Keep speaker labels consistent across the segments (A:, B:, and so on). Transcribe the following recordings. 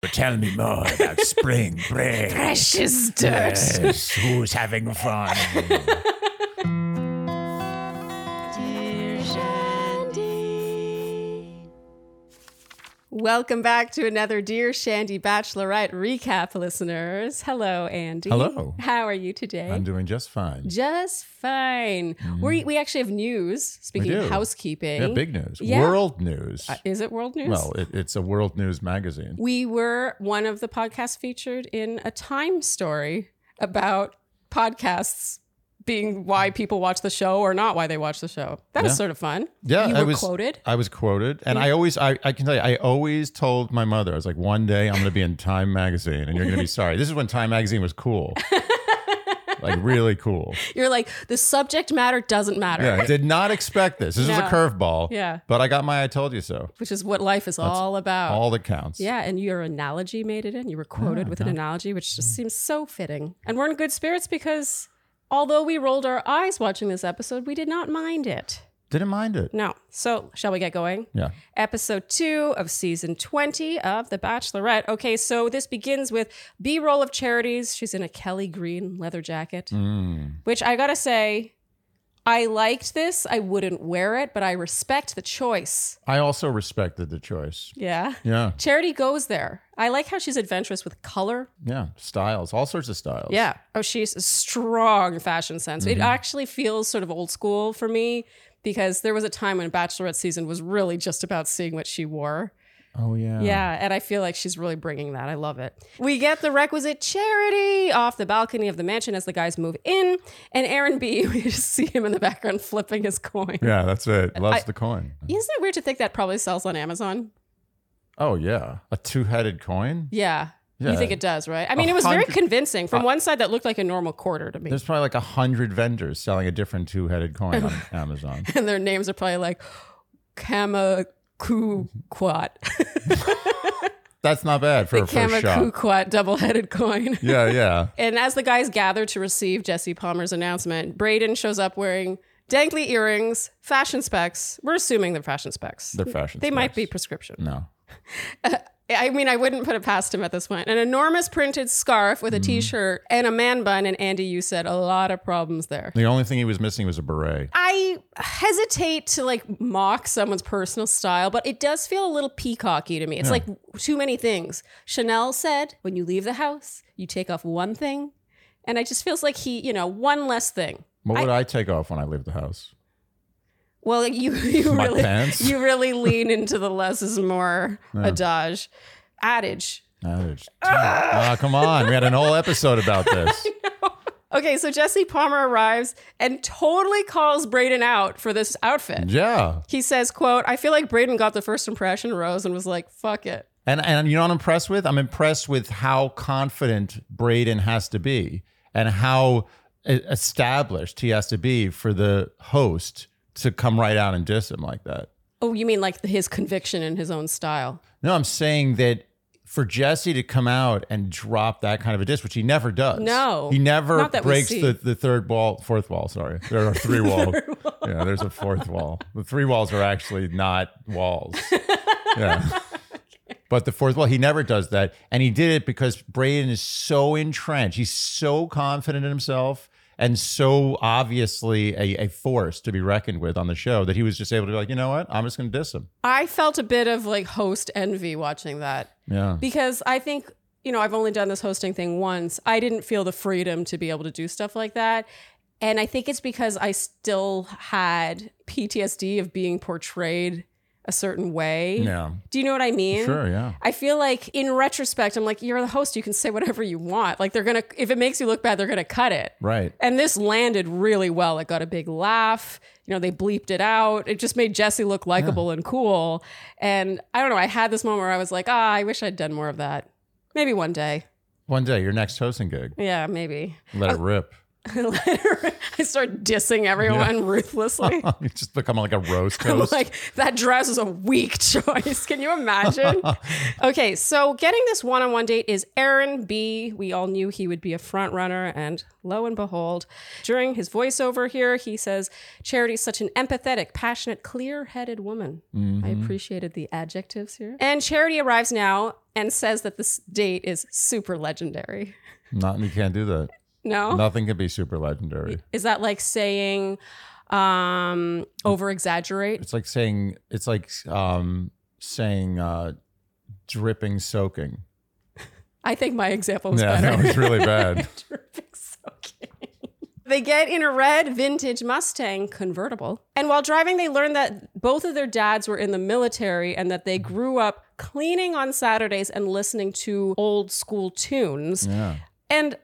A: But tell me more about spring break.
B: Precious dirt.
A: Yes, who's having fun?
B: Welcome back to another Dear Shandy Bachelorette recap, listeners. Hello, Andy.
A: Hello.
B: How are you today?
A: I'm doing just fine.
B: Just fine. We we actually have news. Speaking
A: do.
B: of housekeeping,
A: Yeah, big news.
B: Yeah. Uh,
A: World news.
B: is it world news?
A: well, it, it's a world news magazine.
B: we were one of the podcasts featured in a Time story about podcasts being why people watch the show or not why they watch the show. That was
A: Yeah.
B: sort of fun.
A: Yeah,
B: you were
A: I was
B: quoted.
A: I was quoted, and I always, I, I can tell you, I always told my mother, I was like, one day I'm going to be in Time magazine, and you're going to be sorry. This is when Time magazine was cool, like really cool.
B: You're like the subject matter doesn't matter.
A: Yeah, I did not expect this. This is a
B: No.
A: curveball.
B: Yeah.
A: but I got my I told you so.
B: Which is what life is all about.
A: All that counts.
B: Oh. Yeah, and your analogy made it in. You were quoted with an analogy, which
A: Mm.
B: just seems so fitting. And we're in good spirits because although we rolled our eyes watching this episode, we did not mind it.
A: didn't mind it.
B: No. So, shall we get going?
A: Yeah,
B: Episode two of season 20 of The Bachelorette. Okay, so this begins with B roll of charities. She's in a Kelly green leather jacket,
A: Mm.
B: which I gotta say, I liked this. I wouldn't wear it, but I respect the choice.
A: I also respected the choice.
B: Yeah.
A: Yeah,
B: Charity goes there. I like how she's adventurous with color.
A: yeah, styles, all sorts of styles.
B: Yeah. Oh, she's a strong fashion sense. It actually feels sort of old school for me because there was a time when Bachelorette season was really just about seeing what she wore.
A: Oh yeah.
B: Yeah, and I feel like she's really bringing that. I love it. We get the requisite charity off the balcony of the mansion as the guys move in, and Aaron B. We just see him in the background flipping his coin.
A: Yeah, that's it. Loves the coin.
B: Isn't it weird to think that probably sells on Amazon?
A: Oh yeah, a two-headed coin.
B: Yeah.
A: Yeah.
B: You think it does, right? I mean, it was very
A: hundred-
B: convincing. From one side, that looked like a normal quarter to me.
A: There's probably like a hundred vendors selling a different two-headed coin on Amazon.
B: and their names are probably like Kamakuquat.
A: That's not bad for a first shot.
B: Kamakuquat double-headed coin.
A: Yeah, yeah.
B: And as the guys gather to receive Jesse Palmer's announcement, Braden shows up wearing dangly earrings, fashion specs. We're assuming they're fashion specs.
A: They're fashion.
B: they might be
A: specs.
B: prescription.
A: No.
B: I mean, I wouldn't put it past him at this point. An enormous printed scarf with a shirt and a man bun. And Andy, you said a lot of problems there.
A: The only thing he was missing was a beret.
B: I hesitate to like mock someone's personal style, but it does feel a little peacocky to me. It's like too many things. Chanel said, when you leave the house, you take off one thing. And it just feels like he, you know, one less thing.
A: What would I, take off when I leave the house?
B: Well, you you
A: My
B: really
A: pants?
B: you really lean into the less is more adage, adage.
A: Ah, there's- Ah, come on. We had an whole episode about this.
B: Okay, so Jesse Palmer arrives and totally calls Braden out for this outfit.
A: Yeah.
B: He says, "quote I feel like Braden got the first impression rose and was like, fuck it."
A: And and you know what I'm impressed with? I'm impressed with how confident Braden has to be and how e- established he has to be for the host to come right out and diss him like that.
B: Oh, you mean like his conviction in his own style?
A: No, I'm saying that for Jesse to come out and drop that kind of a diss, which he never does.
B: No.
A: He never
B: Not that we
A: breaks
B: see.
A: the, the third wall, fourth wall, sorry. There are three walls. Yeah, there's a fourth wall. The three walls are actually not walls. Yeah. But the fourth wall, he never does that. And he did it because Braden is so entrenched. He's so confident in himself and so obviously a, a force to be reckoned with on the show that he was just able to be like, you know what? I'm just going to diss him.
B: I felt a bit of like host envy watching that
A: Yeah.
B: because I think, you know, I've only done this hosting thing once. I didn't feel the freedom to be able to do stuff like that. And I think it's because I still had PTSD of being portrayed a certain way.
A: Yeah.
B: Do you know what I mean?
A: Sure. Yeah.
B: I feel like in retrospect, I'm like, you're the host. You can say whatever you want. Like, they're going to, if it makes you look bad, they're going to cut it.
A: Right.
B: And this landed really well. It got a big laugh. You know, they bleeped it out. It just made Jesse look likable and cool. And I don't know, I had this moment where I was like, ah, I wish I'd done more of that. Maybe one day.
A: One day, your next hosting gig.
B: Yeah, maybe.
A: Let it rip.
B: I start dissing everyone ruthlessly.
A: you just become like a roast
B: I'm
A: host.
B: like, that dress is a weak choice. Can you imagine? okay, so getting this one on one date is Aaron B. We all knew he would be a front runner, and lo and behold, during his voiceover here, he says, Charity is such an empathetic, passionate, clear headed woman. I
A: Mm-hmm.
B: appreciated the adjectives here. And Charity arrives now and says that this date is super legendary.
A: Not you can't do that.
B: No?
A: Nothing can be super legendary.
B: Is that like saying, um, over exaggerate?
A: It's like saying it's like um saying uh dripping soaking.
B: I think my example was
A: yeah,
B: better.
A: that was really bad.
B: Terrific soaking. They get in a red vintage Mustang convertible. And while driving, they learn that both of their dads were in the military and that they grew up cleaning on Saturdays and listening to old school tunes.
A: yeah.
B: And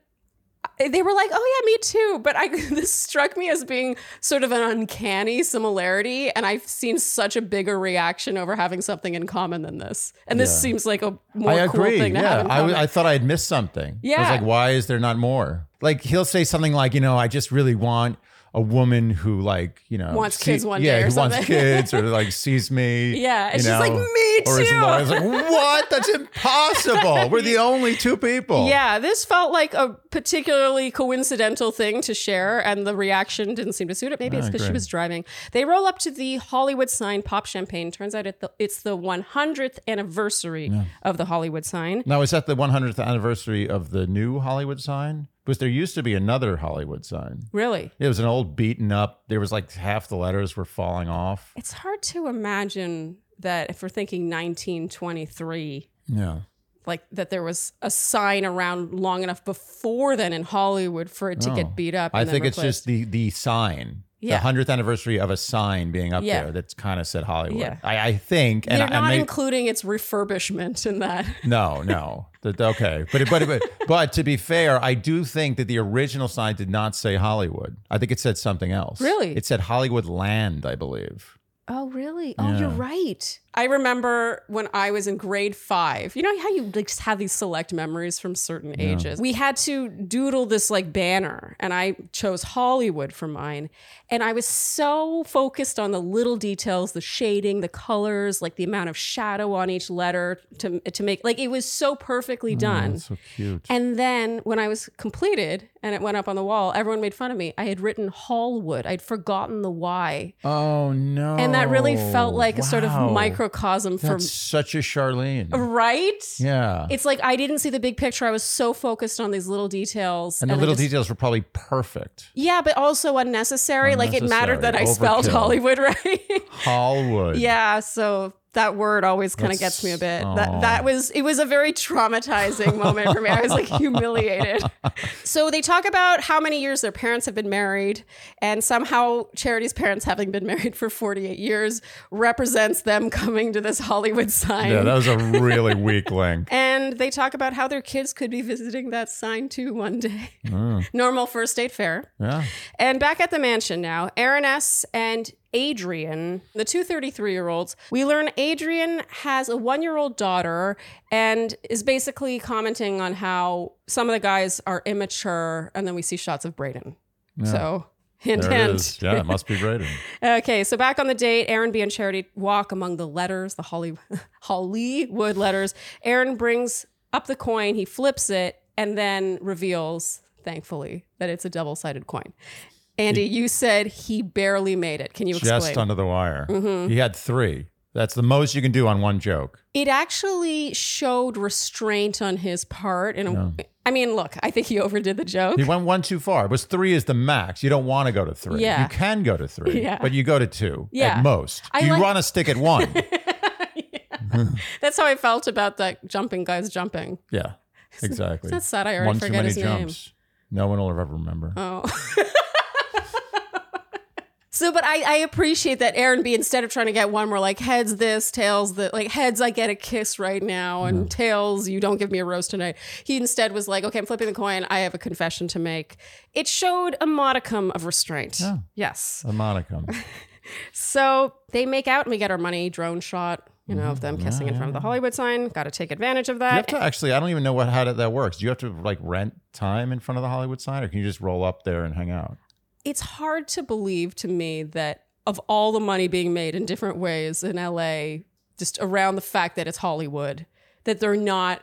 B: they were like, "Oh yeah, me too." But I this struck me as being sort of an uncanny similarity, and I've seen such a bigger reaction over having something in common than this. And this
A: Yeah.
B: seems like a more
A: I
B: cool
A: agree.
B: thing to have
A: yeah.
B: in
A: I,
B: common.
A: w- I thought I had missed something. I was
B: Yeah.
A: like, why is there not more? Like he'll say something like, you know, I just really want a woman who like, you know,
B: Wants kids one
A: yeah,
B: day or
A: who
B: something.
A: wants kids or like sees me.
B: Yeah, and
A: you
B: she's like, "Me
A: Or is
B: too."
A: Laura- I was like, what? That's impossible. We're the only two people.
B: Yeah, this felt like a particularly coincidental thing to share, and the reaction didn't seem to suit it. Maybe it's
A: I
B: because she
A: agree.
B: was driving. They roll up to the Hollywood sign, pop champagne. Turns out it the, it's the 100th anniversary of the Hollywood sign.
A: Now, is that the 100th anniversary of the new Hollywood sign? Because there used to be another Hollywood sign.
B: Really?
A: It was an old beaten up. There was like half the letters were falling off.
B: It's hard to imagine that if we're thinking 1923,
A: Yeah.
B: like that there was a sign around long enough before then in Hollywood for it to
A: Oh.
B: get beat up.
A: I
B: and then
A: think it's
B: replaced.
A: just the the sign.
B: Yeah.
A: The hundredth anniversary of a sign being up
B: Yeah.
A: there that's kind of said Hollywood.
B: Yeah.
A: I, I think, and
B: They're
A: I,
B: not
A: I may-
B: including its refurbishment in that.
A: no, no, That- okay, but but but but to be fair, I do think that the original sign did not say Hollywood. I think it said something else.
B: Really?
A: it said Hollywood Land, I believe.
B: Oh, really? Oh, you're
A: Yeah.
B: right. I remember when I was in grade five. You know how you like just have these select memories from certain ages. We had to doodle this like banner, and I chose Hollywood for mine. And I was so focused on the little details, the shading, the colors, like the amount of shadow on each letter to to make like it was so perfectly done.
A: So cute.
B: And then when I was completed and it went up on the wall, everyone made fun of me. I had written Hallwood. I'd forgotten the Y.
A: Oh no!
B: And that really felt like a sort
A: Oh, Wow.
B: of microcosm for
A: That's such a Charlene.
B: right?
A: yeah.
B: It's like I didn't see the big picture. I was so focused on these little details.
A: and the
B: I
A: little
B: just-
A: details were probably perfect.
B: Yeah, but also unnecessary. Like it mattered that I
A: Unnecessary.
B: spelled
A: Overkill.
B: Hollywood right.
A: Hollywood.
B: yeah, so that word always kind of
A: That's-
B: gets me a bit.
A: Aw.
B: That that was it was a very traumatizing moment for me. I was like humiliated. so they talk about how many years their parents have been married, and somehow Charity's parents having been married for 48 years represents them coming to this Hollywood sign.
A: Yeah, that was a really weak link.
B: and they talk about how their kids could be visiting that sign too one day.
A: Mm.
B: Normal first date fare.
A: Yeah.
B: And back at the mansion now, Aaron S. and Adrian, the two 33 year olds, we learn Adrian has a one year old daughter and is basically commenting on how some of the guys are immature. And then we see shots of Braden. So. Hint,
A: There it
B: hint.
A: is. Yeah, it must be Braden.
B: Okay, so back on the date, Aaron B and Charity walk among the letters, the Holly, Hollywood letters. Aaron brings up the coin, he flips it, and then reveals, thankfully, that it's a double sided coin. Andy, you said he barely made it. Can you explain? Mm-hmm.
A: Just under the wire. He had three. That's the most you can do on one joke.
B: it actually showed restraint on his part. And I mean, look, I think he overdid the joke.
A: He went one too far. It was three is the max. You don't want to go to three.
B: Yeah.
A: You can go to three,
B: Yeah.
A: but you go to two
B: Yeah.
A: at most.
B: I
A: you
B: like-
A: want to stick at one.
B: That's how I felt about that jumping guy's jumping.
A: yeah, exactly.
B: That's sad. I already
A: one too
B: forget
A: many
B: his name. Mm.
A: jumps. No one will ever remember.
B: Oh. So, but I, I appreciate that Aaron B. Instead of trying to get one, we're like heads this, tails that. Like heads, I get a kiss right now, and tails, you don't give me a rose tonight. He instead was like, okay, I'm flipping the coin. I have a confession to make. It showed a modicum of restraint. Yes.
A: A monicum.
B: So they make out, and we get our money. Drone shot. you know, of them
A: Mm-hmm. Yeah,
B: kissing in
A: yeah,
B: front of the
A: yeah.
B: Hollywood sign. Got to take advantage of
A: you have
B: that.
A: to actually. I don't even know what how that- that works. Do you have to like rent time in front of the Hollywood sign, or can you just roll up there and hang out?
B: it's hard to believe to me that of all the money being made in different ways in LA, just around the fact that it's Hollywood, that they're not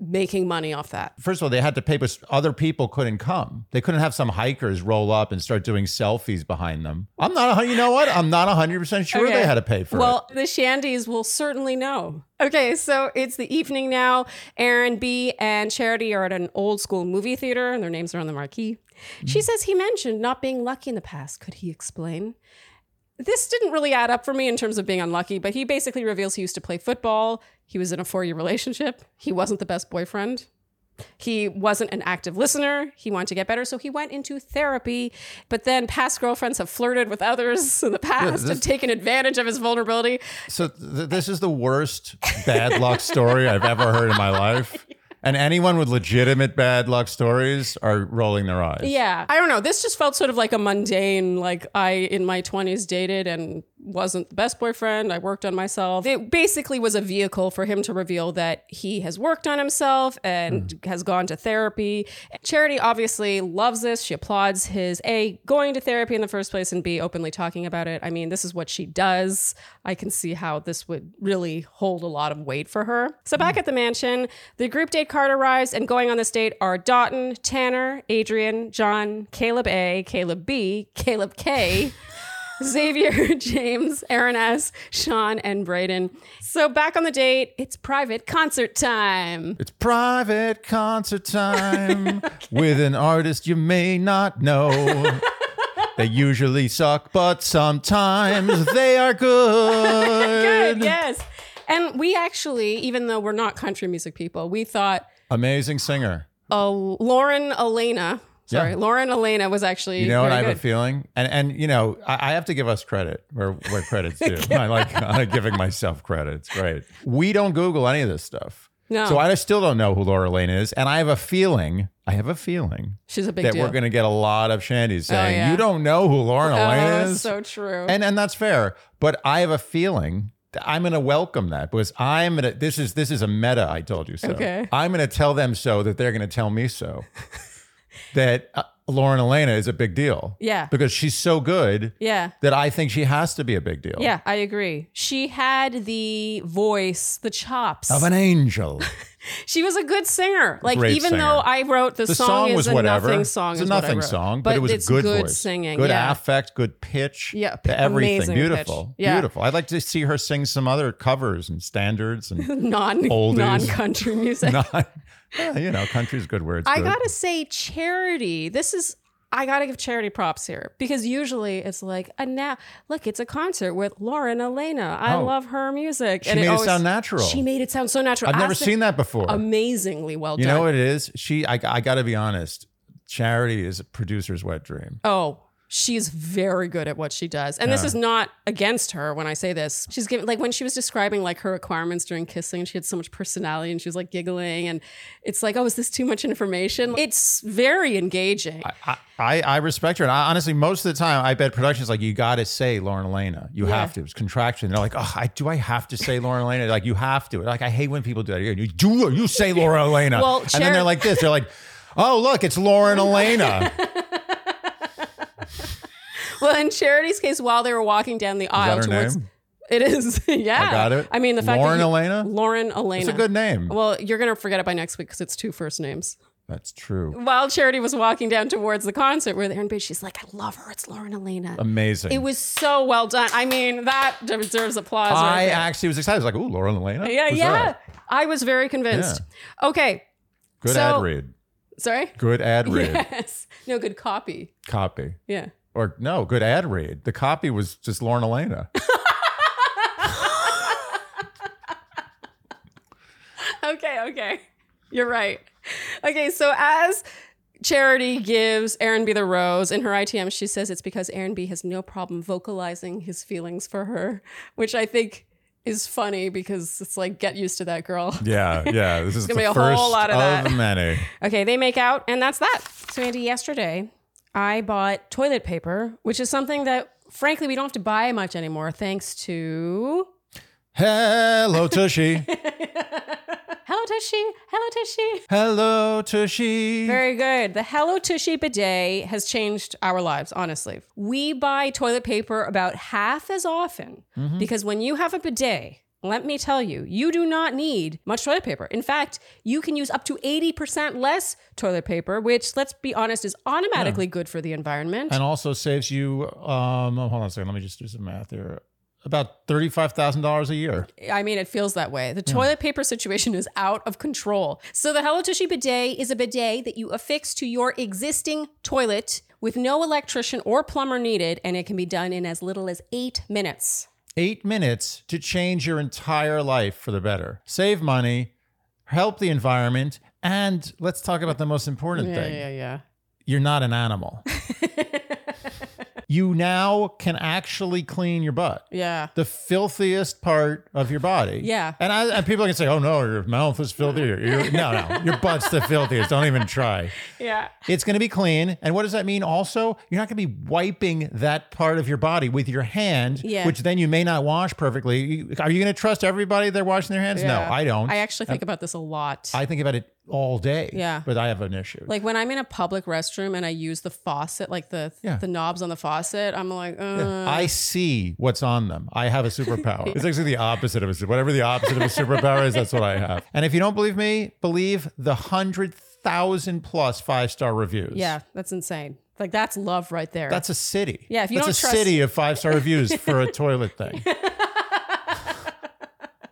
B: making money off that.
A: First of all, they had to pay, but other people couldn't come. They couldn't have some hikers roll up and start doing selfies behind them. I'm not. a hun- You know what? I'm not hundred percent sure
B: Okay.
A: they had to pay for it.
B: Well, the Shandies will certainly know. Okay, so it's the evening now. Aaron B and Charity are at an old school movie theater, and their names are on the marquee.
A: Mm.
B: She says he mentioned not being lucky in the past. Could he explain? This didn't really add up for me in terms of being unlucky, but he basically reveals he used to play football. He was in a four year relationship. He wasn't the best boyfriend. He wasn't an active listener. He wanted to get better, so he went into therapy. But then past girlfriends have flirted with others in the past
A: this-
B: and taken advantage of his vulnerability.
A: So th- this is the worst bad luck story I've ever heard in my life. And anyone with legitimate bad luck stories are rolling their eyes.
B: Yeah. I don't know. This just felt sort of like a mundane, like I in my 20s dated and wasn't the best boyfriend. I worked on myself. It basically was a vehicle for him to reveal that he has worked on himself and has gone to therapy. Charity obviously loves this. She applauds his A, going to therapy in the first place, and B, openly talking about it. I mean, this is what she does. I can see how this would really hold a lot of weight for her. So back at the mansion, the group date card arrives, and going on this date are Dotton, Tanner, Adrian, John, Caleb A, Caleb B, Caleb K. Xavier, James, Aaron S., Sean, and Brayden. So back on the date, it's private concert time.
A: It's private concert time with an artist you may not know. they usually suck, but sometimes they are good.
B: Good, yes. And we actually, even though we're not country music people, we thought
A: Amazing singer.
B: uh, Lauren Elena, sorry,
A: Yeah.
B: Lauren Elena was actually
A: You know, and I
B: very
A: have a
B: good.
A: feeling, and and you know, I, I have to give us credit where where credits due. I like I like giving myself credits. Right? We don't Google any of this stuff,
B: No,
A: so I still don't know who Laura Lane is, and I have a feeling. I have a feeling
B: she's a big
A: that
B: deal.
A: we're going to get a lot of shandies saying
B: Oh, yeah.
A: you don't know who Lauren
B: oh,
A: Lane is.
B: so true.
A: and and that's fair but i have a feeling that i'm going to welcome that because i'm going to this is this is a meta i told you so
B: Okay.
A: i'm going to tell them so that they're going to tell me so that uh, lauren elena is a big deal
B: yeah,
A: because she's so good
B: yeah.
A: that i think she has to be a big deal
B: Yeah, I agree. She had the voice, the chops.
A: of an angel
B: She was a good singer. Like
A: Great
B: even
A: singer.
B: though I wrote the,
A: the song was
B: is a
A: whatever
B: nothing song.
A: it's a
B: is what I
A: nothing
B: wrote.
A: song but, it was
B: it's
A: a good, voice.
B: singing.
A: good
B: yeah.
A: affect good pitch
B: Yeah, p-
A: everything
B: amazing
A: beautiful
B: pitch. Yeah.
A: beautiful i'd like to see her sing some other covers and standards and
B: non
A: Oldies.
B: non country music.
A: not, yeah, you know, country's good where it's
B: I
A: good.
B: gotta say, charity. This is I gotta give charity props here because usually it's like a now look, it's a concert with Lauren Elena. I
A: Oh.
B: love her music.
A: she made it, sound natural.
B: She made it sound so natural.
A: I've
B: I
A: never
B: think
A: seen that before.
B: amazingly well
A: you
B: done.
A: know what it is? She, I, I got to be honest. Charity is a producer's wet dream.
B: Oh, she's very good at what she does. And this
A: Yeah.
B: is not against her when I say this. She's given like when she was describing like her requirements during kissing, she had so much personality and she was like giggling and it's like, oh, is this too much information? It's very engaging.
A: I, I, I- I respect her. And I, honestly, most of the time, I bet productions like, you got to say Lauren Elena. You
B: Yeah.
A: have to. It's contraction. They're like, oh, I, do I have to say Lauren Elena? Like, you have to. Like, I hate when people do that. You do, you say Lauren Elena.
B: Well,
A: and then
B: Char-
A: they're like this. They're like, oh, look, it's Lauren Elena.
B: well, in Charity's case, while they were walking down the
A: Is
B: aisle
A: that her
B: towards
A: name?
B: it is, yeah.
A: I got it.
B: I mean the fact
A: Lauren
B: that you-
A: Elena?
B: Lauren Elena.
A: It's a good name.
B: well, you're gonna forget it by next week because it's two first names.
A: That's true.
B: While Charity was walking down towards the concert with Aaron Bade, she's like, "I love her. It's Lauren Elena."
A: Amazing.
B: It was so well done. I mean, that deserves applause. right
A: I
B: there.
A: actually was excited. I was like, ooh, Laura Elena.
B: yeah,
A: Who's
B: yeah.
A: that?
B: I was very convinced. Okay,
A: Good
B: So-
A: ad read.
B: sorry.
A: Good ad read.
B: Yes. No good copy.
A: Copy.
B: Yeah.
A: Or no, good ad read. The copy was just Lauren Elena.
B: Okay. Okay. You're right. Okay. So as Charity gives Aaron B the rose in her ITM, she says it's because Aaron B has no problem vocalizing his feelings for her, which I think is funny because it's like get used to that girl.
A: yeah, yeah. This is
B: gonna be a whole lot of that.
A: many.
B: Okay, they make out, and that's that. So, Andy, yesterday I bought toilet paper, which is something that, frankly, we don't have to buy much anymore thanks to
A: Hello, Tushy.
B: Hello Tushy. Hello Tushy.
A: Hello, Tushy.
B: Very good. The Hello Tushy bidet has changed our lives, honestly. We buy toilet paper about half as often because when you have a bidet, let me tell you, you do not need much toilet paper. In fact, you can use up to 80% less toilet paper, which, let's be honest, is automatically good for the environment.
A: and also saves you, um, oh, hold on a second. Let me just do some math here. About $35,000 a year.
B: I mean, it feels that way. The toilet paper situation is out of control. So, the Hello Tushy bidet is a bidet that you affix to your existing toilet with no electrician or plumber needed, and it can be done in as little as eight minutes.
A: Eight minutes to change your entire life for the better. Save money, help the environment, and let's talk about the most important thing.
B: yeah.
A: You're not an animal. you now can actually clean your butt.
B: Yeah.
A: the filthiest part of your body.
B: Yeah.
A: And, I, and people can say, oh no, your mouth is filthy. Your, your, no, no, your butt's the filthiest. Don't even try.
B: Yeah.
A: It's going to be clean. And what does that mean? Also, you're not going to be wiping that part of your body with your hand,
B: Yeah.
A: which then you may not wash perfectly. You- Are you going to trust everybody they're washing their hands?
B: Yeah.
A: No, I don't.
B: I
A: I,
B: actually think about this a lot.
A: think about it all day.
B: Yeah.
A: But I have an issue.
B: like when I'm in a public restroom and I use the faucet, like the
A: Yeah.
B: the knobs on the faucet, I'm like, uh,
A: I see what's on them. I have a superpower. It's actually the opposite of a super. Whatever the opposite of a superpower is, that's what I have. And if you don't believe me, believe the hundred thousand plus five star reviews.
B: yeah, that's insane. Like that's love right there.
A: that's a city.
B: Yeah, if you
A: that's
B: don't
A: a
B: trust-
A: city of five star reviews for a toilet thing.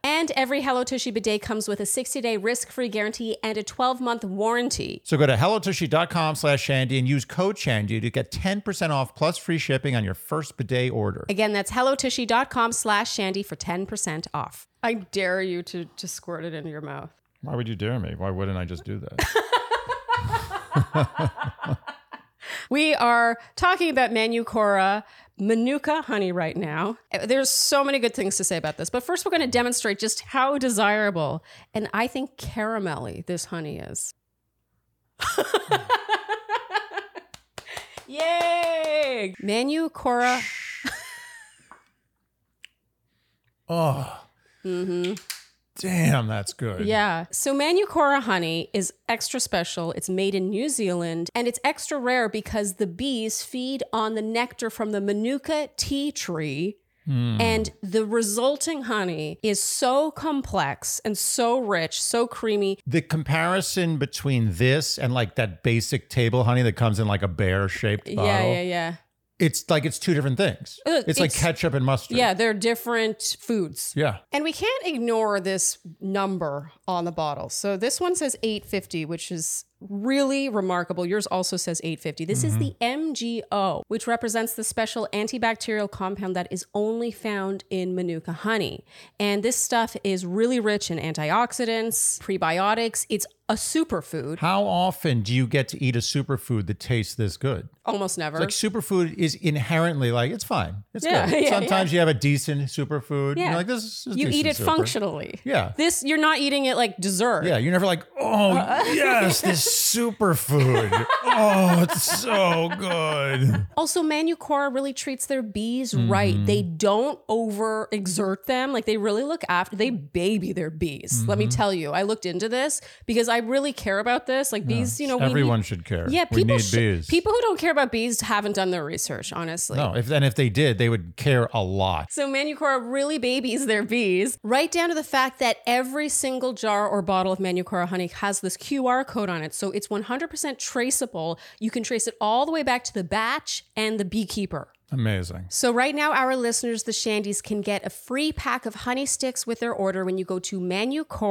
B: And every Hello Tushy bidet comes with a 60 day risk free guarantee and a 12 month warranty.
A: So go to hellotushy.com slash Shandy and use code Shandy to get 10% off plus free shipping on your first bidet order.
B: Again, that's hellotushy.com slash shandy for 10% off. I dare you to just squirt it into your mouth.
A: Why would you dare me? Why wouldn't I just do that?
B: We are talking about Manucora Manuka honey right now. There's so many good things to say about this, but first we're going to demonstrate just how desirable and I think caramelly this honey is. Yay! Manucora.
A: oh,
B: Mm-hmm.
A: damn, that's good.
B: Yeah. So Manucora honey is extra special. It's made in New Zealand and it's extra rare because the bees feed on the nectar from the Manuka tea tree.
A: Hmm.
B: And the resulting honey is so complex and so rich, so creamy.
A: the comparison between this and like that basic table honey that comes in like a bear shaped bottle,
B: Yeah, yeah, yeah.
A: it's like it's two different things.
B: Uh,
A: It's, like
B: it's-
A: ketchup and mustard.
B: Yeah, they're different foods.
A: Yeah.
B: And we can't ignore this number on the bottle. So this one says 850, which is really remarkable. Yours also says 850. This
A: Mm-hmm.
B: is the MGO, which represents the special antibacterial compound that is only found in Manuka honey. And this stuff is really rich in antioxidants, prebiotics. It's a superfood,
A: How often do you get to eat a superfood that tastes this good?
B: almost never.
A: Like superfood is inherently like it's fine. It's
B: Yeah,
A: good.
B: yeah,
A: Sometimes you have a decent superfood.
B: Yeah.
A: You're like this is a
B: you eat
A: decent
B: it
A: super.
B: functionally.
A: Yeah.
B: This you're not eating it like dessert.
A: Yeah, you're never like, oh
B: Uh-uh.
A: yes, this superfood. oh, it's so good.
B: Also, Manucora really treats their bees right. They
A: Mm-hmm.
B: don't over exert them. Like they really look after, they baby their bees. Let
A: Mm-hmm.
B: me tell you, I looked into this because I really care about this. Like these, you know, we
A: Everyone
B: need-
A: should care.
B: yeah,
A: we
B: people
A: need
B: sh-
A: bees.
B: people who don't care about bees haven't done their research, honestly.
A: no, if and if they did, they would care a lot.
B: So Manucora really babies their bees, right down to the fact that every single jar or bottle of Manucora honey has this QR code on it. So it's 100% traceable. You can trace it all the way back to the batch and the beekeeper.
A: Amazing.
B: So right now, our listeners, the Shandies, can get a free pack of honey sticks with their order when you go to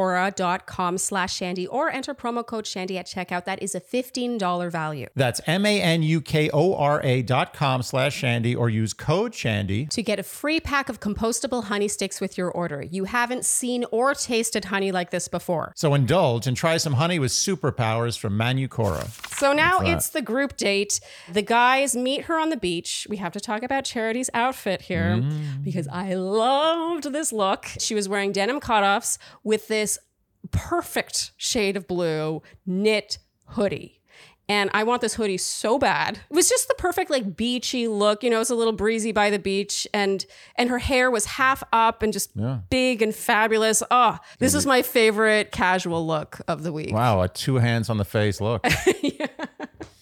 B: manucora.com slash shandy or enter promo code shandy at checkout. That is a $15 value.
A: That's M A N U K O R A dot com slash Shandy or use code Shandy.
B: To get a free pack of compostable honey sticks with your order. You haven't seen or tasted honey like this before.
A: So indulge and try some honey with superpowers from Manucora.
B: So now it's the group date. The guys meet her on the beach. We have to talk about Charity's outfit here because I loved this look. She was wearing denim cutoffs with this perfect shade of blue knit hoodie. And I want this hoodie so bad. It was just the perfect like beachy look. You know, it was a little breezy by the beach, and and her hair was half up and just
A: Yeah.
B: big and fabulous. Oh, this is my favorite casual look of the week.
A: Wow, a two hands on the face look.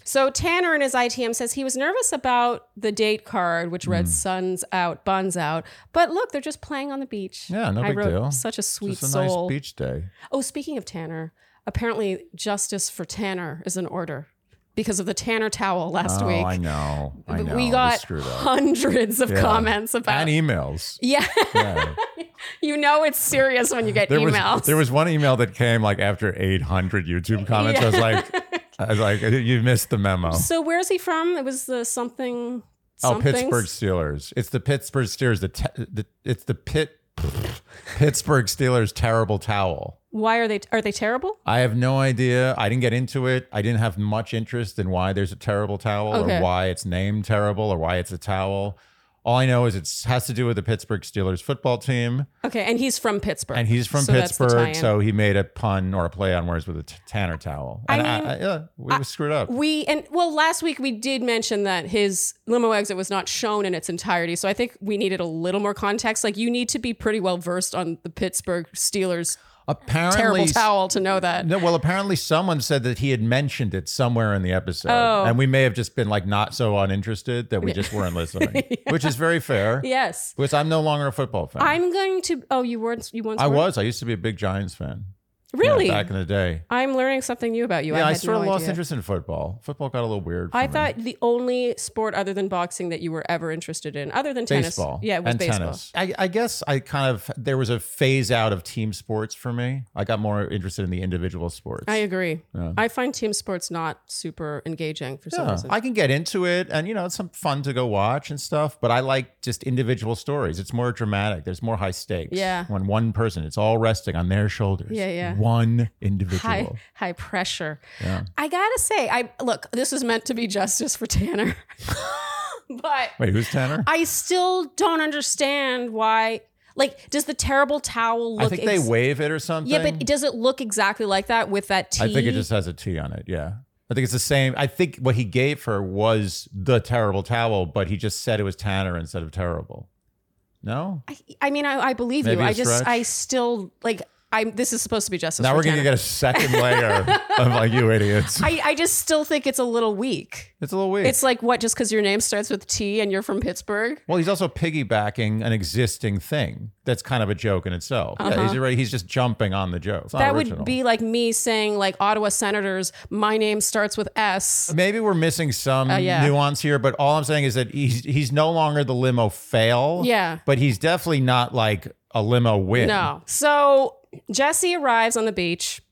B: So Tanner in his ITM says he was nervous about the date card, which
A: Hmm.
B: read "Suns out, buns out." But look, they're just playing on the beach.
A: Yeah, no
B: I
A: big
B: wrote,
A: deal.
B: Such a sweet
A: It's a
B: soul.
A: nice beach day.
B: Oh, speaking of Tanner, apparently justice for Tanner is an order because of the Tanner towel last
A: oh,
B: week.
A: I know. I know.
B: we got
A: screwed up.
B: hundreds of
A: Yeah.
B: comments about.
A: And emails.
B: yeah,
A: Yeah.
B: you know it's serious when you get
A: There was
B: emails.
A: there was one email that came like after 800 YouTube comments. I was like, I was like, you missed the memo.
B: so where's he from? It was the something.
A: Oh,
B: somethings.
A: Pittsburgh Steelers. It's the Pittsburgh Steelers. The, te- the it's the pit Pittsburgh Steelers terrible towel.
B: Why are they? Are they terrible?
A: I have no idea. I didn't get into it. I didn't have much interest in why there's a terrible towel
B: Okay.
A: or why it's named terrible or why it's a towel. All I know is it has to do with the Pittsburgh Steelers football team,
B: Okay, and he's from Pittsburgh.
A: and he's from
B: So that's the
A: Pittsburgh,
B: tie-in.
A: so he made a pun or a play on words with a t- Tanner towel.
B: I
A: And
B: mean,
A: yeah, we were screwed up.
B: we and well, last week we did mention that his limo exit was not shown in its entirety, so I think we needed a little more context. Like you need to be pretty well versed on the Pittsburgh Steelers
A: Apparently,
B: terrible towel to know that.
A: No, well, apparently someone said that he had mentioned it somewhere in the episode,
B: Oh.
A: and we may have just been like not so uninterested that we just weren't listening, which is very fair.
B: Yes,
A: Because I'm no longer a football fan.
B: I'm going to. Oh, you weren't. You once.
A: I
B: were?
A: was. I used to be a big Giants fan. Yeah,
B: really.
A: back in the day.
B: I'm learning something new about you.
A: yeah,
B: I,
A: I,
B: had
A: sort
B: no
A: of lost
B: idea.
A: interest in football. Football got a little weird. For
B: I
A: me.
B: thought the only sport other than boxing that you were ever interested in, other than tennis,
A: baseball.
B: yeah, it was
A: and
B: baseball.
A: tennis. I, I guess I kind of there was a phase out of team sports for me. I got more interested in the individual sports.
B: I agree. I find team sports not super engaging for some
A: Yeah,
B: reason.
A: I can get into it, and you know, it's some fun to go watch and stuff. But I like just individual stories. It's more dramatic. There's more high stakes.
B: Yeah.
A: when one person, it's all resting on their shoulders.
B: Yeah, yeah.
A: One individual.
B: high high pressure. I gotta say, I look, this is meant to be justice for Tanner. but
A: Wait, who's Tanner?
B: I still don't understand why like does the terrible towel
A: I,
B: look
A: think they
B: ex-
A: wave it or something.
B: Yeah, but does it look exactly like that with that T?
A: I think it just has a T on it. Yeah. I think it's the same. I think what he gave her was the terrible towel, but he just said it was Tanner instead of terrible. No?
B: I, I mean, I, I believe
A: Maybe
B: you. I
A: a
B: just
A: stretch?
B: I still like I'm this is supposed to be justice
A: now
B: for
A: we're going to
B: Tanner.
A: get a second layer of like, you idiots.
B: I, I just still think it's a little weak.
A: it's a little weird.
B: It's like what just because your name starts with T and you're from Pittsburgh?
A: Well, he's also piggybacking an existing thing that's kind of a joke in itself. Yeah, he's already he's just jumping on the joke. It's not
B: Uh-huh. That
A: original.
B: would be like me saying like Ottawa Senators, my name starts with S.
A: Maybe we're missing some
B: Uh, yeah.
A: nuance here, but all I'm saying is that he's he's no longer the limo fail.
B: Yeah.
A: but he's definitely not like a limo win.
B: No. So Jesse arrives on the beach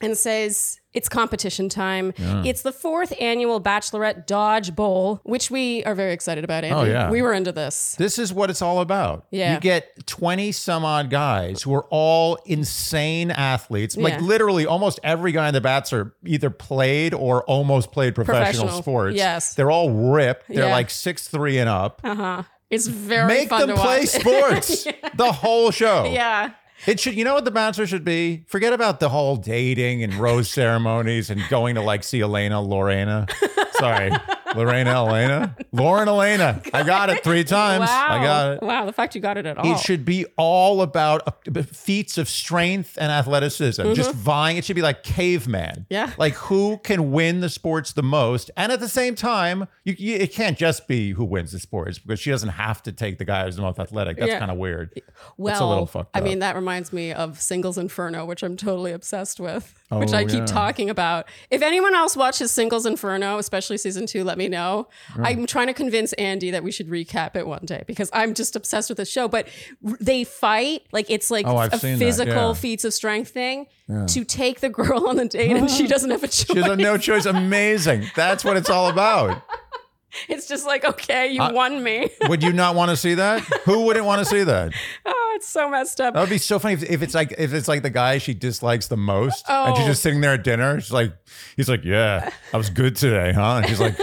B: and says, It's competition time. It's the fourth annual Bachelorette Dodge Bowl, which we are very excited about, Andy.
A: Oh, yeah.
B: We were into this.
A: This is what it's all about.
B: Yeah.
A: You get 20 some odd guys who are all insane athletes. Like
B: Yeah.
A: literally almost every guy in the bats are either played or almost played professional,
B: Professional.
A: sports.
B: Yes.
A: They're all ripped. They're
B: Yeah.
A: like six three and up.
B: Uh-huh. It's very
A: Make
B: fun
A: them
B: to
A: play
B: watch.
A: sports the whole show.
B: yeah.
A: It should you know what the bachelor should be? Forget about the whole dating and rose ceremonies and going to like see Elena Lorena. Sorry. Lorena Elena. Lauren Elena. I got it three times.
B: Wow.
A: I got it.
B: Wow. The fact you got it at all.
A: It should be all about uh, feats of strength and athleticism, just vying. It should be like caveman.
B: Mm-hmm. Yeah.
A: Like who can win the sports the most? And at the same time, you, you, it can't just be who wins the sports because she doesn't have to take the guy who's the most athletic. That's
B: Yeah.
A: kind of weird.
B: well,
A: a little fucked
B: I
A: up.
B: mean, that reminds me of Singles Inferno, which I'm totally obsessed with, which
A: Oh,
B: I keep
A: yeah.
B: talking about. If anyone else watches Singles Inferno, especially season two, let me know. I'm trying to convince Andy that we should recap it one day because I'm just obsessed with the show. But r- they fight like it's like
A: Oh, I've
B: a
A: seen that,
B: physical
A: yeah.
B: feats of strength thing to take the girl on the date, and she doesn't have a choice.
A: She has no choice. Amazing. That's what it's all about.
B: it's just like okay, you won me.
A: Would you not want to see that? Who wouldn't want to see that?
B: oh, it's so messed up.
A: That would be so funny if, if it's like if it's like the guy she dislikes the most, and she's
B: Oh.
A: just sitting there at dinner. She's like, he's like, yeah, I was good today, huh? And she's like,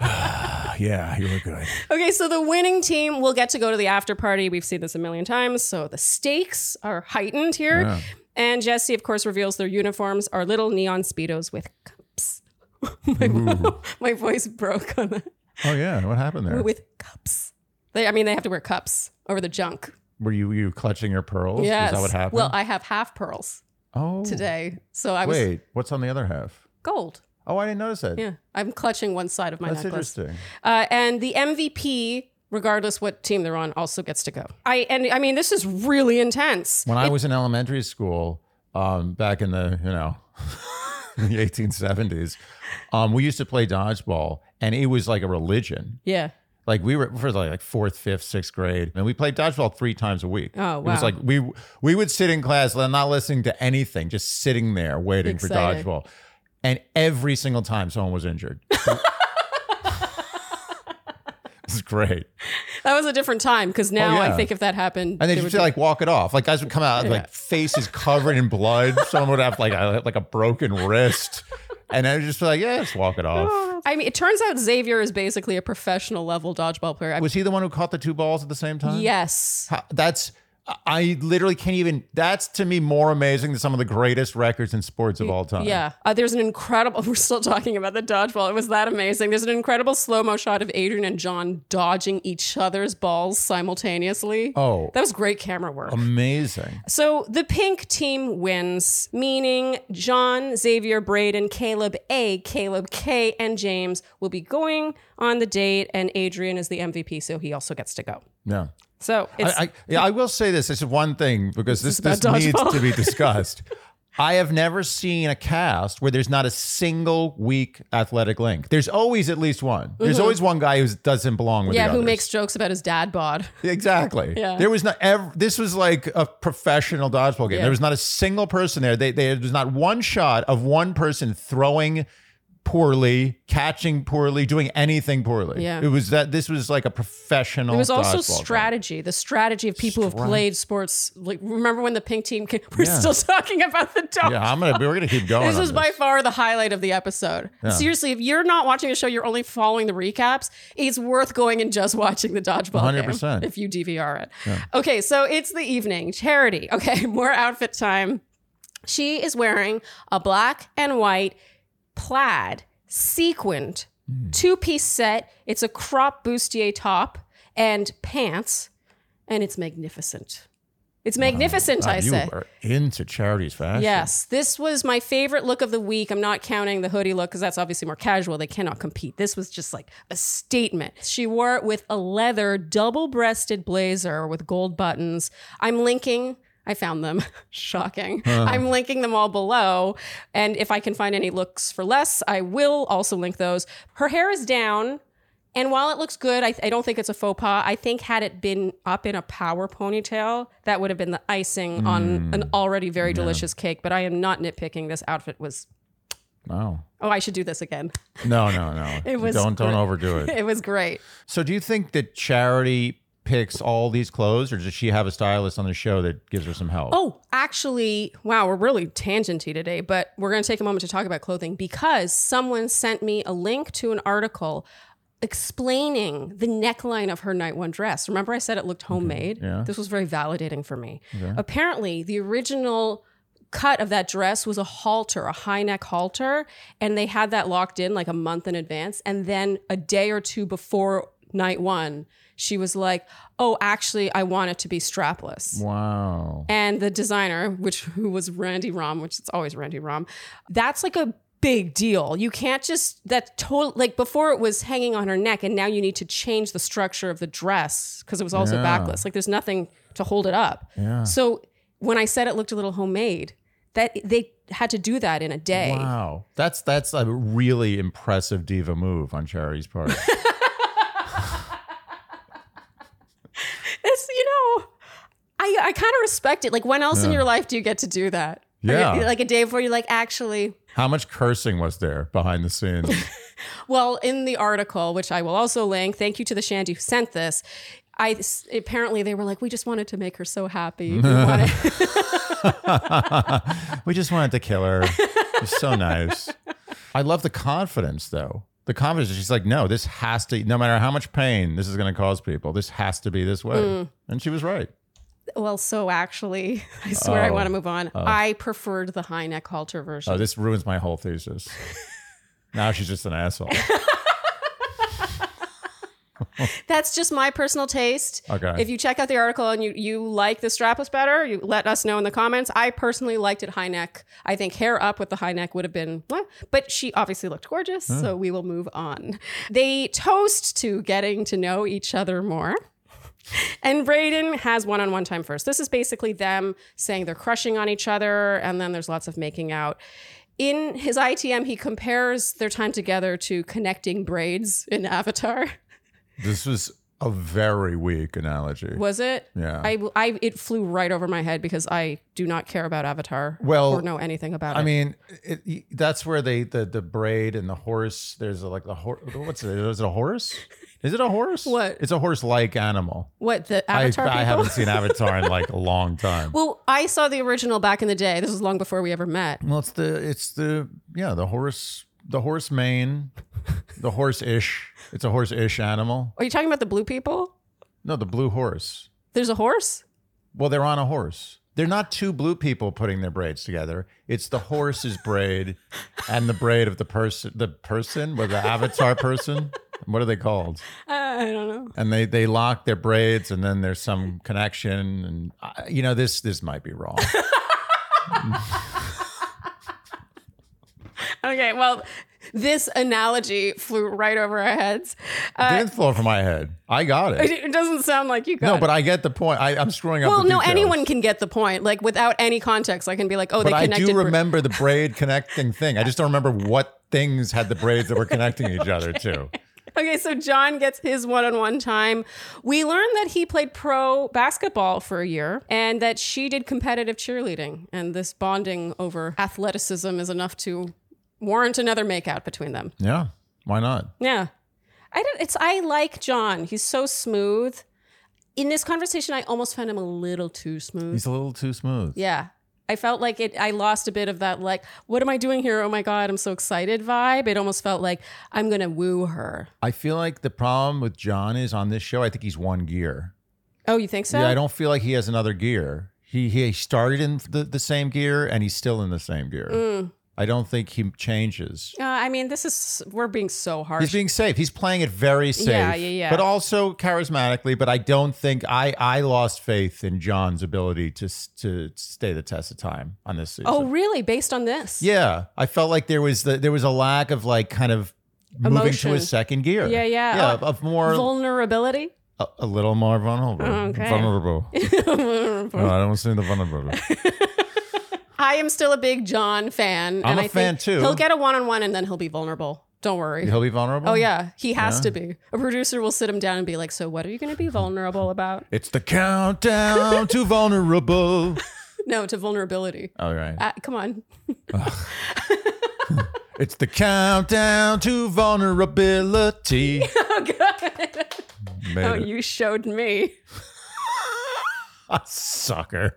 A: "Ah, yeah, you were good.
B: Okay, so the winning team will get to go to the after party. We've seen this a million times. So the stakes are heightened here. And Jesse, of course, reveals their uniforms are little neon Speedos with cups. my, my voice broke on that.
A: Oh yeah, what happened there?
B: With cups. They, I mean, they have to wear cups over the junk.
A: Were you you clutching your pearls?
B: Yes.
A: Is that what happened?
B: Well, I have half pearls
A: oh
B: today. So I was
A: Wait, what's on the other half?
B: gold.
A: Oh, I didn't notice that.
B: Yeah. I'm clutching one side of my
A: That's
B: necklace.
A: interesting.
B: Uh, and the MVP, regardless what team they're on, also gets to go. I and I mean, this is really intense.
A: When I was in elementary school, um, back in the you know the 1870s, um, we used to play dodgeball, and it was like a religion.
B: Yeah.
A: Like we were for like fourth, fifth, sixth grade, and we played dodgeball three times a week.
B: Oh,
A: It was
B: wow.
A: like we we would sit in class, like, not listening to anything, just sitting there waiting
B: Excited.
A: for dodgeball. And every single time, someone was injured. it's great.
B: That was a different time because now I
A: Oh, yeah.
B: think if that happened,
A: And
B: they
A: they
B: would
A: just
B: be-
A: like walk it off. Like guys would come out
B: Yeah.
A: like faces covered in blood. Someone would have like a, like a broken wrist, and I would just be like, yeah, just walk it off.
B: I mean, it turns out Xavier is basically a professional level dodgeball player. I
A: Was he the one who caught the two balls at the same time?
B: yes.
A: How- That's I literally can't even. That's to me more amazing than some of the greatest records in sports of all time.
B: Yeah. Uh, there's an incredible, we're still talking about the dodgeball. It was that amazing. There's an incredible slow mo shot of Adrian and John dodging each other's balls simultaneously.
A: Oh.
B: That was great camera work.
A: Amazing.
B: So the pink team wins, meaning John, Xavier, Braden, Caleb A, Caleb K, and James will be going on the date, and Adrian is the MVP, so he also gets to go.
A: Yeah.
B: So it's
A: I, I, yeah, I will say this. This is one thing because this,
B: is
A: this,
B: about
A: needs
B: dodgeball.
A: to be discussed. I have never seen a cast where there's not a single weak athletic link. There's always at least one. There's always one guy who doesn't belong with
B: Mm-hmm. yeah,
A: the
B: who
A: others.
B: makes jokes about his dad bod.
A: Oh, exactly.
B: Yeah.
A: There was not ever. This was like a professional dodgeball game.
B: Yeah.
A: There was not a single person there. They, they, there was not one shot of one person throwing poorly, catching poorly, doing anything poorly.
B: Yeah.
A: It was that. This was like a professional.
B: It was also
A: dodgeball game.
B: strategy, the strategy of people who've
A: Strat-
B: played sports. Like remember when the pink team came, we're still talking about the dog.
A: Yeah, I'm gonna. We're gonna keep going.
B: This
A: on
B: was by far the highlight of the episode. Seriously, if you're not watching the show, you're only following the recaps. It's worth going and just watching the dodgeball
A: 100%.
B: game if you DVR it. Okay, so it's the evening charity. Okay, more outfit time. She is wearing a black and white plaid sequined
A: Hmm.
B: two piece set. It's a crop bustier top and pants, and it's magnificent. It's magnificent,
A: Wow,
B: I
A: you
B: say.
A: are into charities fashion.
B: Yes, this was my favorite look of the week. I'm not counting the hoodie look because that's obviously more casual. They cannot compete. This was just like a statement. She wore it with a leather double breasted blazer with gold buttons. I'm linking. I found them. Shocking. I'm linking them all below. And if I can find any looks for less, I will also link those. Her hair is down. And while it looks good, I, I don't think it's a faux pas. I think had it been up in a power ponytail, that would have been the icing on an already very delicious cake. But I am not nitpicking. This outfit was.
A: Wow.
B: Oh, I should do this again.
A: No, no, no.
B: It was
A: don't don't
B: great.
A: overdo it.
B: It was great.
A: So, do you think that charity picks all these clothes, or does she have a stylist on the show that gives her some help?
B: Oh, actually, wow, we're really tangenty today, but we're going to take a moment to talk about clothing because someone sent me a link to an article explaining the neckline of her night one dress. Remember, I said it looked homemade?
A: Yeah.
B: This was very validating for me. Apparently, the original cut of that dress was a halter, a high neck halter, and they had that locked in like a month in advance. And then a day or two before night one, she was like, oh, actually, I want it to be strapless.
A: Wow.
B: And the designer, which who was Randy Rom, which it's always Randy Rom, that's like a big deal. You can't just that total like before it was hanging on her neck, and now you need to change the structure of the dress because it was also
A: Yeah.
B: backless. Like there's nothing to hold it up.
A: Yeah.
B: So when I said it looked a little homemade, that they had to do that in a day.
A: Wow. That's that's a really impressive diva move on charity's part.
B: It's you know, I I kind of respect it. Like when else in
A: Yeah.
B: your life do you get to do that?
A: Yeah.
B: Like, like a day before you're like, actually,
A: How much cursing was there behind the scenes?
B: Well, in the article, which I will also link, thank you to the Shandy who sent this. I apparently they were like, we just wanted to make her so happy. We wanted-
A: we just wanted to kill her. She's so nice. I love the confidence, though. The confidence. She's like, no, this has to. No matter how much pain this is going to cause people, this has to be this way.
B: Mm.
A: And she was right.
B: well, so actually, I swear I
A: Oh.
B: want to move on. I preferred the high neck halter version.
A: Oh, this ruins my whole thesis. Now she's just an asshole. Oh.
B: That's just my personal taste.
A: Okay.
B: If you check out the article and you, you like the strapless better, you let us know in the comments. I personally liked it high neck. I think hair up with the high neck would have been what? But she obviously looked gorgeous, so we will move on. They toast to getting to know each other more. And Brayden has one on one time first. This is basically them saying they're crushing on each other, and then there's lots of making out. In his ITM, he compares their time together to connecting braids in Avatar.
A: this was a very weak analogy.
B: Was it?
A: Yeah.
B: I, I it flew right over my head because I do not care about Avatar.
A: Well,
B: or know anything about
A: I
B: it.
A: mean, it, y- that's where they the the braid and the horse. There's a, like the horse. What's it? Is it a horse? Is it a horse?
B: What?
A: It's a horse-like animal.
B: what the
A: I,
B: Avatar
A: I
B: people?
A: haven't seen Avatar in like a long time. Well,
B: well, I saw the original back in the day. This was long before we ever met.
A: it's the it's the yeah the horse the horse mane, the horse-ish. It's a horse-ish animal.
B: Are you talking about the blue people?
A: No, the blue horse.
B: There's a horse.
A: Well, they're on a horse. They're not two blue people putting their braids together. It's the horse's braid and the braid of the person, the person with the avatar person. What are they called?
B: Uh, I don't know.
A: And they they lock their braids, and then there's some connection. And I, you know, this this might be wrong.
B: Okay, well, this analogy flew right over our heads.
A: It
B: Uh,
A: didn't flow from my head. I got it.
B: it doesn't sound like you got
A: No,
B: it.
A: but I get the point. I, I'm screwing up.
B: well,
A: the
B: no,
A: details.
B: anyone can get the point. Like without any context, I can be like, "Oh,
A: But
B: they
A: I
B: connected."
A: do
B: br-
A: remember the braid connecting thing. I just don't remember what things had the braids that were connecting each other to.
B: Okay, so John gets his one on one time. We learned that he played pro basketball for a year and that she did competitive cheerleading. And this bonding over athleticism is enough to warrant another makeout between them.
A: Yeah, why not?
B: Yeah. I don't, it's, I like John. He's so smooth. In this conversation, I almost found him a little too smooth.
A: He's a little too smooth.
B: Yeah. I felt like it I lost a bit of that like what am I doing here? Oh my god, I'm so excited vibe. It almost felt like I'm going to woo her.
A: I feel like the problem with John is on this show. I think he's one gear.
B: Oh, you think so?
A: yeah, I don't feel like he has another gear. He he started in the, the same gear and he's still in the same gear.
B: Mm.
A: I don't think he changes.
B: Uh, I mean, this is we're being so
A: He's
B: harsh.
A: being safe. He's playing it very safe.
B: Yeah, yeah, yeah.
A: But also charismatically. But I don't think I I lost faith in John's ability to s- to stay the test of time on this season.
B: oh, really? Based on this?
A: yeah. I felt like there was the, there was a lack of like kind of moving to
B: Emotion.
A: his second gear.
B: Yeah, yeah.
A: yeah.
B: Oh.
A: of- Of more
B: Vulnerability.
A: A, a little more vulnerable.
B: Oh, Okay.
A: Vulnerable. No, I don't see the vulnerable.
B: I am still a big John fan.
A: I'm
B: and
A: a
B: I
A: fan,
B: think
A: too.
B: He'll get a one-on-one and then he'll be vulnerable. Don't worry.
A: He'll be vulnerable.
B: oh yeah, he has to be. A producer will sit him down and be like, "So what are you going to be vulnerable about?"
A: It's the countdown to vulnerable.
B: No, to vulnerability.
A: All right.
B: Uh, come on.
A: It's the countdown to vulnerability.
B: Oh god.
A: Made
B: Oh,
A: it.
B: you showed me.
A: Sucker.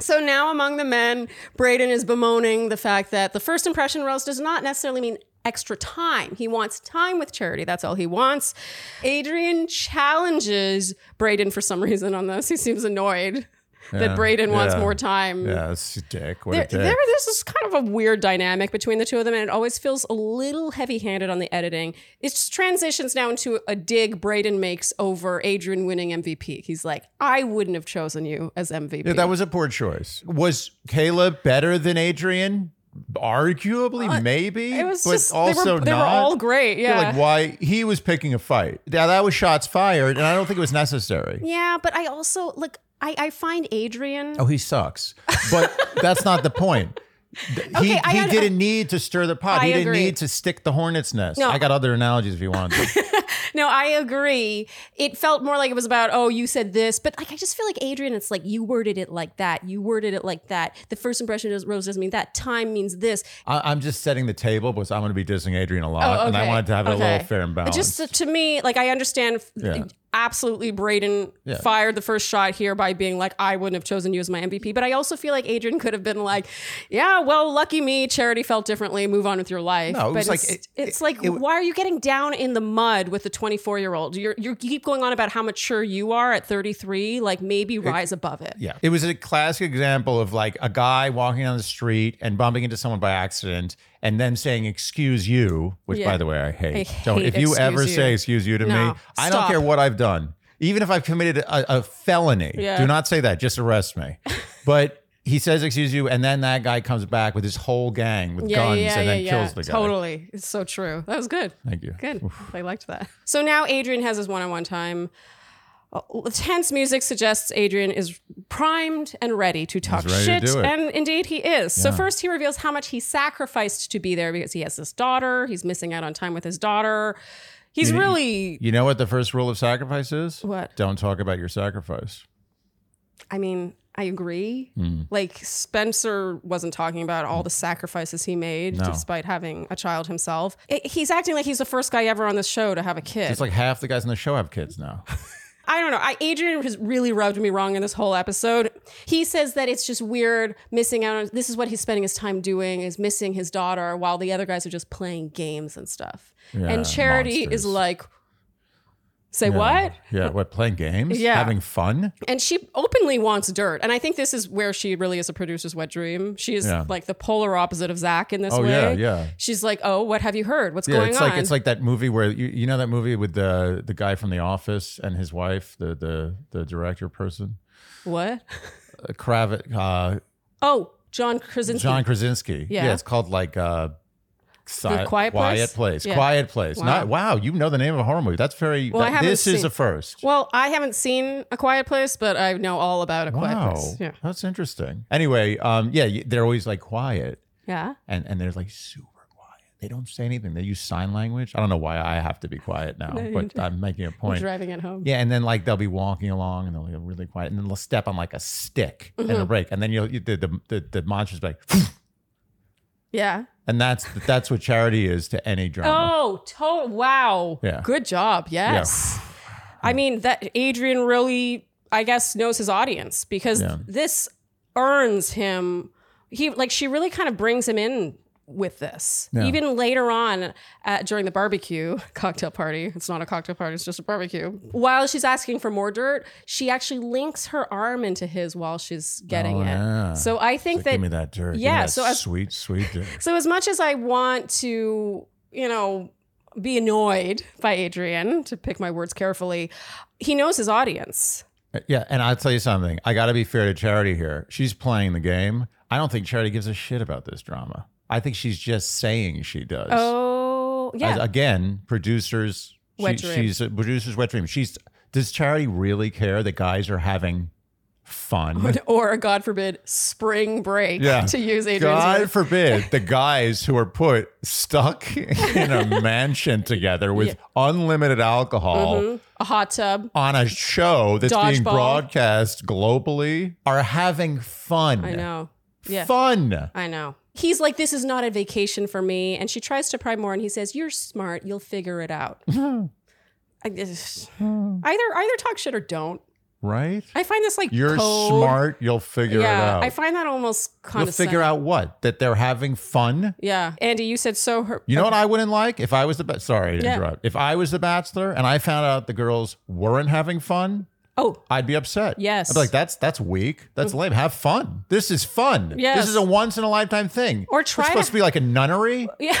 B: So now among the men, Braden is bemoaning the fact that the first impression rose does not necessarily mean extra time. He wants time with charity. That's all he wants. Adrian challenges Braden for some reason on this. He seems annoyed
A: Yeah,
B: that Braden wants
A: yeah,
B: more time.
A: Yeah, it's a dick. What
B: There,
A: a dick.
B: there, this is kind of a weird dynamic between the two of them, and it always feels a little heavy-handed on the editing. It just transitions now into a dig Braden makes over Adrian winning MVP. He's like, "I wouldn't have chosen you as MVP."
A: yeah, that was a poor choice. Was Caleb better than Adrian? Arguably, maybe.
B: Uh, It was
A: but
B: just
A: also
B: they were, they were
A: not.
B: all great.
A: I feel
B: Yeah.
A: Like why he was picking a fight. Yeah, that was shots fired, and I don't think it was necessary.
B: yeah, but I also like I, I find Adrian.
A: Oh, he sucks. But that's not the point. Th- He,
B: Okay, I
A: he
B: un-
A: didn't need to stir the pot.
B: I
A: he didn't
B: agree.
A: need to stick the hornet's nest.
B: No.
A: I got other analogies if you want.
B: No, I agree. It felt more like it was about, oh, you said this, but like I just feel like Adrian, it's like you worded it like that. You worded it like that. The first impression does rose doesn't mean that. Time means this.
A: I, am just setting the table because I'm going to be dissing Adrian a lot,
B: Oh,
A: Uh, and I
B: okay.
A: wanted to have it a
B: Okay.
A: little fair and
B: It
A: balanced.
B: Just to, to me, like I understand. f-
A: Yeah.
B: absolutely Braden
A: Yeah.
B: fired the first shot here by being like, I wouldn't have chosen you as my MVP. But I also feel like Adrian could have been like, yeah, well, lucky me. Charity felt differently. Move on with your life.
A: No, it
B: but
A: was like-
B: it's,
A: it-
B: it's
A: it-
B: like,
A: it-
B: why are you getting down in the mud with the 24 year old? You're, you're, you keep going on about how mature you are at 33. Like maybe rise above it.
A: Yeah. It was a classic example of like a guy walking down the street and bumping into someone by accident and then saying, excuse you, which
B: Yeah.
A: by the way, I hate.
B: I
A: Don't,
B: hate
A: if you
B: excuse
A: ever
B: you.
A: say excuse you to
B: No,
A: me, I don't
B: stop.
A: care what I've done. Even if I've committed a, a felony,
B: Yeah.
A: do not say that. Just arrest me. but he says, excuse you. And then that guy comes back with his whole gang with
B: Yeah,
A: guns
B: yeah, yeah,
A: and then
B: yeah.
A: kills the guy.
B: Totally. It's so true. That was good.
A: Thank you.
B: Good. I liked that. So now Adrian has his one on one time. Uh, Tense music suggests Adrian is primed and ready to talk
A: ready to
B: shit.
A: do it.
B: and indeed he is. So,
A: Yeah.
B: first, he reveals how much he sacrificed to be there because he has this daughter. He's missing out on time with his daughter. He's
A: You-
B: really,
A: You know what the first rule of sacrifice is?
B: What?
A: Don't talk about your sacrifice.
B: I mean, I agree.
A: Hmm.
B: Like, Spencer wasn't talking about all the sacrifices he made
A: No.
B: despite having a child himself. I- he's acting like he's the first guy ever on the show to have a kid.
A: It's like half the guys on the show have kids now.
B: I don't know. I, Adrian has really rubbed me wrong in this whole episode. He says that it's just weird missing out on this is what he's spending his time doing is missing his daughter while the other guys are just playing games and stuff.
A: Yeah,
B: and Charity
A: monsters.
B: is like, say what?
A: Yeah, what playing games?
B: Yeah.
A: having fun.
B: And she openly wants dirt. And I think this is where she really is a producer's wet dream. She is
A: Yeah.
B: like the polar opposite of Zach in this
A: Oh,
B: way.
A: yeah, yeah.
B: She's like, oh, what have you heard? What's
A: Yeah,
B: going
A: it's
B: on?
A: like it's like that movie where you, you know that movie with the the guy from The Office and his wife, the the the director person,
B: what?
A: uh, Kravitz, uh,
B: Oh, John Krasinski.
A: John Krasinski.
B: Yeah.
A: it's called like. Uh, Si-
B: The Quiet Place?
A: Place.
B: Yeah.
A: Quiet Place.
B: Wow.
A: Not wow. You know the name of a horror movie. That's very.
B: Well, I
A: that-
B: haven't
A: this is
B: seen-
A: a first.
B: Well, I haven't seen A Quiet Place, but I know all about A Quiet
A: wow,
B: Place. Yeah.
A: that's interesting. Anyway, um, yeah, you- they're always like quiet,
B: Yeah.
A: and and they're like super quiet. They don't say anything. They use sign language. I don't know why I have to be quiet now,
B: No, you
A: but
B: don't.
A: I'm making a
B: I'm
A: point.
B: Driving it home.
A: Yeah, and then like they'll be walking along and they'll be really quiet, and then they'll step on like a stick and
B: Mm-hmm.
A: a break, and then you'll you, the, the the the monster's like,
B: Yeah.
A: and that's that's what charity is to any drama.
B: Oh, to- wow.
A: Yeah.
B: Good job. Yes. I mean, that Adrian really, I guess, knows his audience because
A: Yeah.
B: this earns him. He like she really kind of brings him in with this.
A: Yeah.
B: Even later on at, during the barbecue cocktail party, it's not a cocktail party, it's just a barbecue. While she's asking for more dirt, she actually links her arm into his while she's getting
A: Oh,
B: it.
A: yeah.
B: So I think
A: Like,
B: that
A: give me that dirt. Give me
B: yeah,
A: that
B: so as-
A: sweet, sweet dirt.
B: so as much as I want to, you know, be annoyed by Adrian, to pick my words carefully, he knows his audience.
A: Yeah, and I'll tell you something. I got to be fair to Charity here. She's playing the game. I don't think Charity gives a shit about this drama. I think she's just saying she does.
B: Oh, yeah.
A: As- again, producers.
B: Wet
A: she,
B: dream.
A: she's a producers wet dream. She's does Charity really care that guys are having fun?
B: or God forbid, spring break
A: Yeah.
B: to use Adrian's
A: God
B: word.
A: forbid the guys who are put stuck in a mansion together with unlimited alcohol
B: Mhm. A hot tub.
A: on a show that's being
B: Dodgeball.
A: broadcast globally are having fun.
B: I know. Yeah.
A: Fun.
B: I know. He's like, this is not a vacation for me. And she tries to pry more, and he says, You're smart. You'll figure it out. I just, either either talk shit or don't.
A: Right?
B: I find this like
A: You're
B: cold.
A: smart. You'll figure
B: yeah,
A: it
B: I
A: out.
B: find that almost
A: You'll
B: condescending.
A: figure out what? That they're having fun?
B: Yeah, Andy, you said so. Her-
A: You know what I wouldn't like if I was the ba- sorry to
B: Yeah.
A: interrupt. If I was the bachelor and I found out the girls weren't having fun,
B: oh,
A: I'd be upset.
B: Yes.
A: I'd be like, that's that's weak. That's lame. Have fun. This is fun.
B: Yes.
A: This is a once in a lifetime thing.
B: Or
A: It's
B: try
A: supposed
B: to-
A: to be like a nunnery.
B: yeah.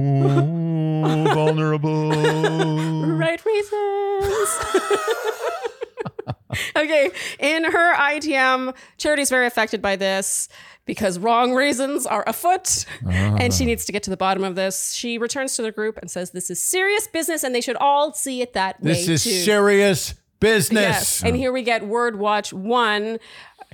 A: Oh, vulnerable.
B: right reasons. okay, in her ITM, Charity's very affected by this because wrong reasons are afoot and
A: Ah.
B: she needs to get to the bottom of this. She returns to the group and says, This is serious business and they should all see it that way.
A: This is
B: too.
A: serious business.
B: Yes. And here we get Word Watch 1.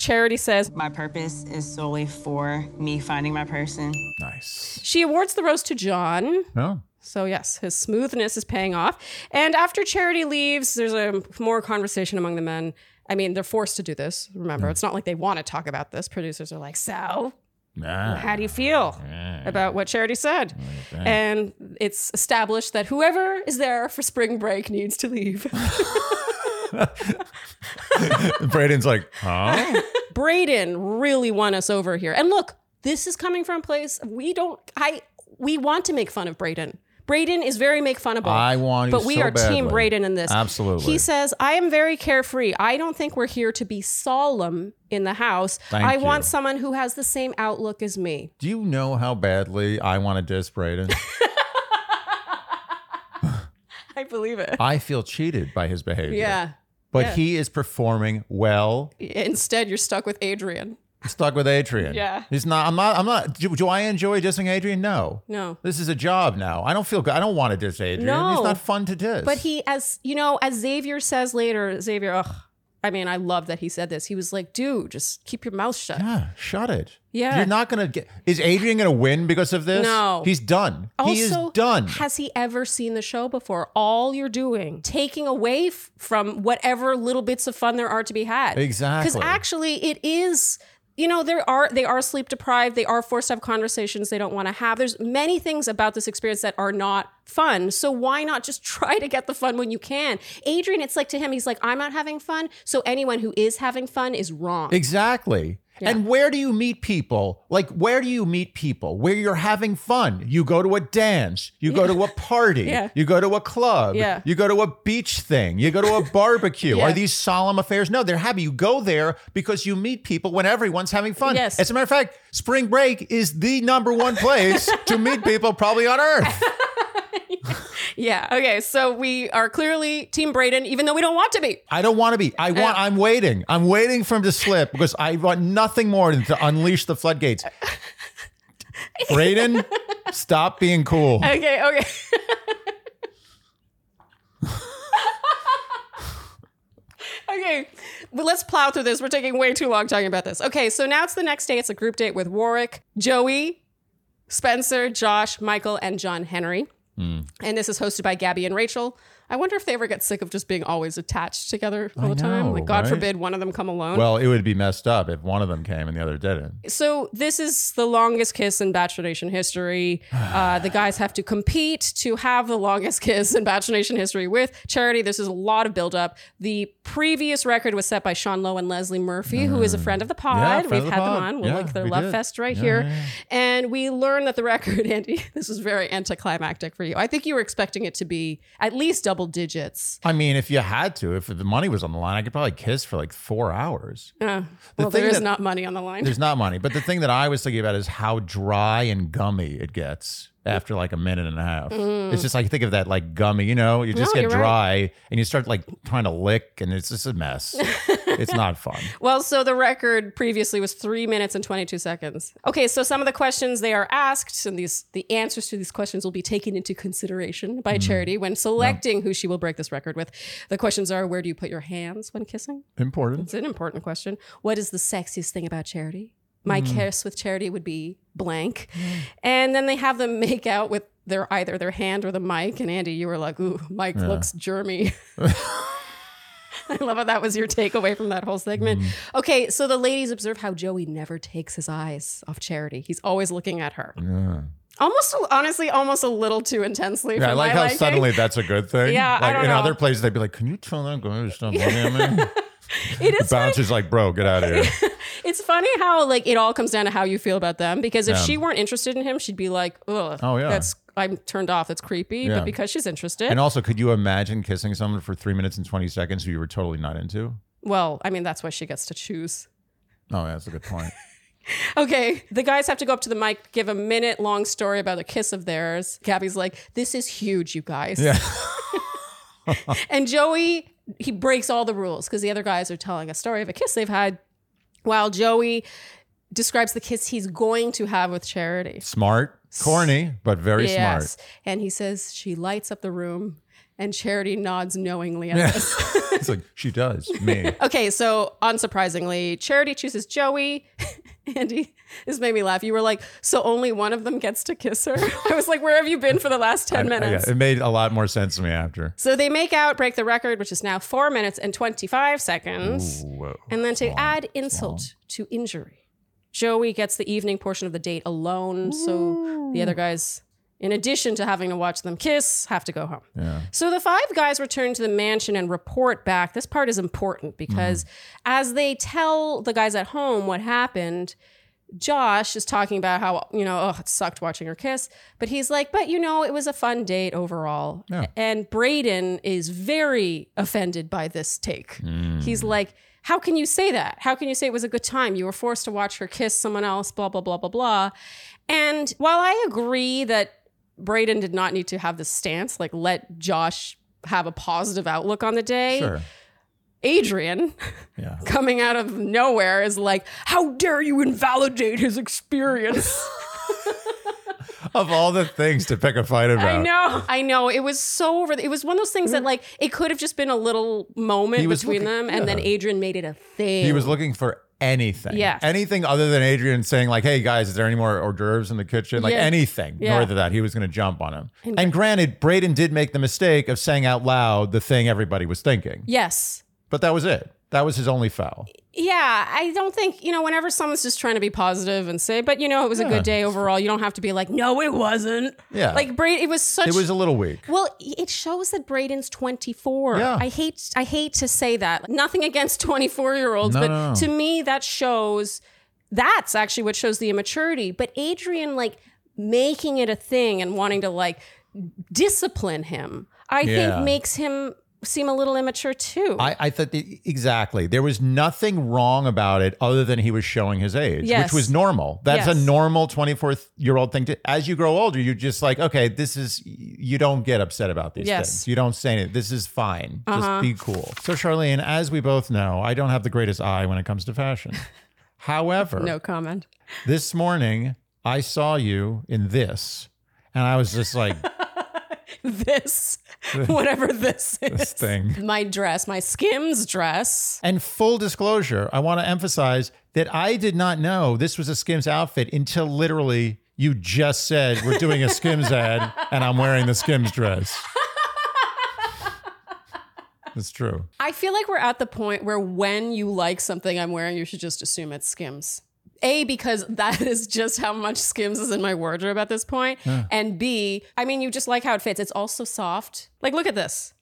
B: Charity says,
C: My purpose is solely for me finding my person.
A: nice.
B: She awards the rose to John.
A: No.
B: So yes, his smoothness is paying off. And after Charity leaves, there's a more conversation among the men. I mean, they're forced to do this. Remember, it's not like they want to talk about this. Producers are like, "So,
A: Nah.
B: How do you feel about what Charity said? And it's established that whoever is there for spring break needs to leave.
A: Braden's like, huh?
B: Braden really won us over here. And look, this is coming from a place we don't I we want to make fun of Braden. Braden is very make funable.
A: I want you
B: But we
A: so
B: are team
A: badly.
B: Braden in this.
A: Absolutely.
B: He says, I am very carefree. I don't think we're here to be solemn in the house.
A: Thank
B: I
A: you.
B: want someone who has the same outlook as me.
A: Do you know how badly I want to diss Braden?
B: I believe it.
A: I feel cheated by his behavior.
B: Yeah.
A: But
B: yeah.
A: he is performing well.
B: Instead, you're stuck with Adrian.
A: I'm stuck with Adrian.
B: Yeah.
A: He's not I'm not I'm not do, do I enjoy dissing Adrian? No.
B: No.
A: This is a job now. I don't feel good. I don't want to diss Adrian.
B: No.
A: He's not fun to diss.
B: But he, as you know, as Xavier says later, Xavier, ugh, I mean, I love that he said this. He was like, dude, just keep your mouth shut.
A: Yeah, shut it.
B: Yeah.
A: You're not gonna get is Adrian gonna win because of this?
B: No.
A: He's done. he is
B: Also,
A: done.
B: Has he ever seen the show before? All you're doing, taking away f- from whatever little bits of fun there are to be had. Because
A: Exactly.
B: actually, it is. You know, there are they are sleep deprived. They are forced to have conversations they don't want to have. There's many things about this experience that are not fun. So why not just try to get the fun when you can? Adrian, it's like to him, he's like, I'm not having fun. So anyone who is having fun is wrong.
A: Exactly. And where do you meet people? Like, where do you meet people? Where you're having fun. You go to a dance. You go to a party.
B: Yeah.
A: You go to a club.
B: Yeah.
A: You go to a beach thing. You go to a barbecue.
B: Yeah.
A: Are these solemn affairs? No, they're happy. You go there because you meet people when everyone's having fun.
B: Yes.
A: As a matter of fact, spring break is the number one place to meet people probably on earth.
B: yeah. Okay. So we are clearly Team Braden, even though we don't want to be.
A: I don't want to be. I
B: Oh.
A: want. I'm waiting. I'm waiting for him to slip because I want nothing more than to unleash the floodgates. Braden, stop being cool.
B: Okay. Okay. okay. But let's plow through this. We're taking way too long talking about this. Okay. So now it's the next day. It's a group date with Warwick, Joey, Spencer, Josh, Michael, and John Henry.
A: Hmm.
B: And this is hosted by Gabby and Rachel. I wonder if they ever get sick of just being always attached together all the time.
A: know,
B: Like, God
A: right?
B: forbid one of them come alone.
A: Well, it would be messed up if one of them came and the other didn't.
B: so this is the longest kiss in Bachelor Nation history. Uh, the guys have to compete to have the longest kiss in Bachelor Nation history with Charity. This is a lot of buildup. The previous record was set by Sean Lowe and Leslie Murphy, who is a friend of the
A: Mm. Yeah,
B: pod.
A: friend
B: We've
A: of the
B: had them
A: pod.
B: on. We'll
A: Yeah,
B: link their
A: we
B: love
A: did.
B: fest right
A: Yeah,
B: here.
A: yeah, yeah.
B: And we learned that the record, Andy, this is very anticlimactic for you. I think you were expecting it to be at least double digits.
A: I mean, if you had to, if the money was on the line, I could probably kiss for like four hours.
B: Uh, well,
A: thing
B: there is
A: that-
B: not money on the line.
A: There's not money. But the thing that I was thinking about is how dry and gummy it gets after like a minute and a half. It's just like think of that like gummy, you know, you just
B: Mm. No,
A: get
B: you're
A: dry and you start like trying to lick and it's just a mess. it's not fun.
B: Well, so the record previously was three minutes and 22 seconds. Okay, so some of the questions they are asked, and these the answers to these questions will be taken into consideration by Charity when selecting who she will break this record with. The questions are: Where do you put your hands when kissing?
A: Important.
B: It's an important question. What is the sexiest thing about Charity? My
A: Mm.
B: kiss with Charity would be blank, and then they have them make out with their either their hand or the mic. And Andy, you were like, "Ooh, Mike looks germy." I love how that was your takeaway from that whole segment.
A: Mm.
B: Okay, so the ladies observe how Joey never takes his eyes off Charity. He's always looking at her. Almost, honestly, almost a little too intensely.
A: Yeah,
B: for
A: I like
B: my
A: how
B: liking.
A: suddenly that's a good thing.
B: Yeah, I
A: like
B: don't
A: in
B: know.
A: other places they'd be like, "Can you tell that guy to stop looking at me?"
B: it
A: The
B: is funny.
A: bouncer's like, "Bro, get out of here."
B: It's funny how like it all comes down to how you feel about them. Because if she weren't interested in him, she'd be like, "Ugh,
A: Oh, yeah.
B: that's I'm turned off. That's creepy."
A: Yeah.
B: But because she's interested,
A: And also, could you imagine kissing someone for three minutes and twenty seconds who you were totally not into?
B: well, I mean that's why she gets to choose.
A: Oh, yeah, that's a good point.
B: Okay, the guys have to go up to the mic, give a minute long story about a kiss of theirs. Gabby's like, "This is huge, you guys."
A: Yeah.
B: and Joey he breaks all the rules because the other guys are telling a story of a kiss they've had, while Joey describes the kiss he's going to have with Charity.
A: Smart, corny, but very
B: Yes. And he says she lights up the room and Charity nods knowingly at this.
A: smart. it's like she does me.
B: Okay, so unsurprisingly, Charity chooses Joey. Andy, this made me laugh. You were like, so only one of them gets to kiss her. I was like, where have you been for the last 10
A: I- I-
B: minutes?
A: yeah, it made a lot more sense to me after.
B: So they make out, break the record, which is now four minutes and 25 seconds.
A: Whoa.
B: and then to add insult to injury, Joey gets the evening portion of the date alone. So the other guys, in addition to having to watch them kiss, have to go home.
A: Yeah.
B: So the five guys return to the mansion and report back. This part is important because as they tell the guys at home what happened, Josh is talking about how, you know, oh, it sucked watching her kiss. But he's like, but you know, it was a fun date overall.
A: Yeah.
B: And Braden is very offended by this take.
A: Hmm.
B: He's like, how can you say that? How can you say it was a good time? You were forced to watch her kiss someone else, blah, blah, blah, blah, blah. And while I agree that Braden did not need to have this stance, like let Josh have a positive outlook on the day,
A: Sure.
B: Adrian
A: Yeah.
B: coming out of nowhere is like, How dare you invalidate his experience?
A: Of all the things to pick a fight about.
B: I know. I know. It was so over. It was one of those things that, like, it could have just been a little moment
A: He was
B: between
A: looking-
B: them, and then
A: yeah.
B: Adrian made it a thing.
A: He was looking for anything.
B: Yes.
A: Anything other than Adrian saying, like, hey guys, is there any more hors d'oeuvres in the kitchen? Like
B: Yeah.
A: anything
B: Yeah.
A: north of that, he was gonna jump on him. And, granted, Braden did make the mistake of saying out loud the thing everybody was thinking.
B: Yes.
A: But that was it. That was his only foul.
B: Yeah, I don't think, you know, whenever someone's just trying to be positive and say, but you know, it was a
A: Yeah.
B: good day overall, you don't have to be like, no, it wasn't.
A: Yeah.
B: Like, Braden, it was such.
A: It was a little weak.
B: Well, it shows that Braden's 24.
A: Yeah.
B: I hate I hate to say that. Nothing against 24-year-olds,
A: No,
B: but
A: no, no.
B: to me that shows that's actually what shows the immaturity. But Adrian like making it a thing and wanting to like discipline him, I
A: Yeah.
B: think makes him seem a little immature too.
A: I, I thought that, exactly. There was nothing wrong about it other than he was showing his age,
B: Yes.
A: which was normal. That's a
B: Yes.
A: normal 24 year old thing. To, as you grow older, you're just like, okay, this is, you don't get upset about these
B: Yes. Uh-huh.
A: things. You don't say anything. This is fine. Just be cool. So, Charlene, as we both know, I don't have the greatest eye when it comes to fashion. However,
B: no comment.
A: this morning, I saw you in this, and I was just like,
B: This whatever this is.
A: this thing.
B: My dress, my Skims dress.
A: And full disclosure, I want to emphasize that I did not know this was a Skims outfit until literally you just said we're doing a Skims ad and I'm wearing the Skims dress. It's true.
B: I feel like we're at the point where when you like something I'm wearing, you should just assume it's Skims. A, because that is just how much Skims is in my wardrobe at this point. And B, I mean, you just like how it fits. It's also soft. Like, look at this.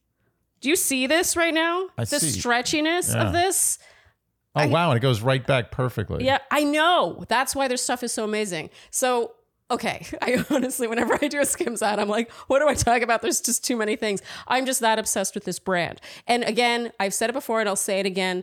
B: Do you see this right now?
A: I
B: the
A: see.
B: stretchiness
A: Yeah.
B: of this?
A: Oh wow, and it goes right back perfectly.
B: Yeah, I know. That's why their stuff is so amazing. So, okay, I honestly, whenever I do a Skims ad, I'm like, what do I talk about? There's just too many things. I'm just that obsessed with this brand. And again, I've said it before and I'll say it again.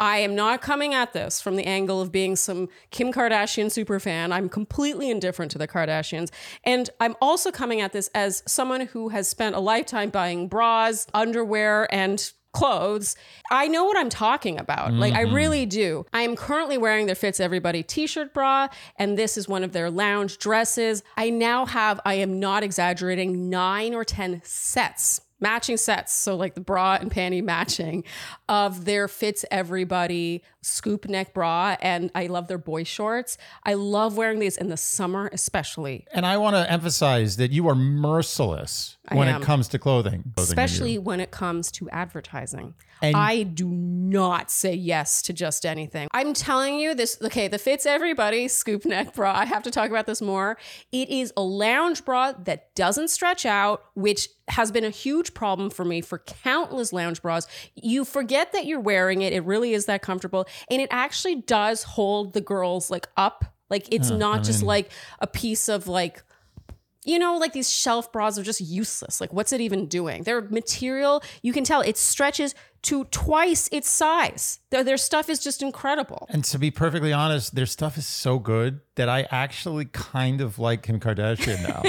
B: I am not coming at this from the angle of being some Kim Kardashian superfan. I'm completely indifferent to the Kardashians. And I'm also coming at this as someone who has spent a lifetime buying bras, underwear, and clothes. I know what I'm talking about. Like I really do. I am currently wearing their Fits Everybody t-shirt bra and this is one of their lounge dresses. I now have I am not exaggerating 9 or 10 sets. Matching sets, so like the bra and panty matching of their fits everybody scoop neck bra, and I love their boy shorts. I love wearing these in the summer, especially,
A: And I want to emphasize that you are merciless when
B: am.
A: it comes to clothing.
B: especially when it comes to advertising.
A: And-
B: I do not say yes to just anything. I'm telling you this. Okay, the fits everybody scoop neck bra. I have to talk about this more. It is a lounge bra that doesn't stretch out, which has been a huge problem for me for countless lounge bras. You forget that you're wearing it. It really is that comfortable, and it actually does hold the girls like up. Like it's not just like a piece of like you know, like these shelf bras are just useless. Like, what's it even doing? Their material, you can tell it stretches to twice its size. Their, their stuff is just incredible.
A: And to be perfectly honest, their stuff is so good that I actually kind of like Kim Kardashian now.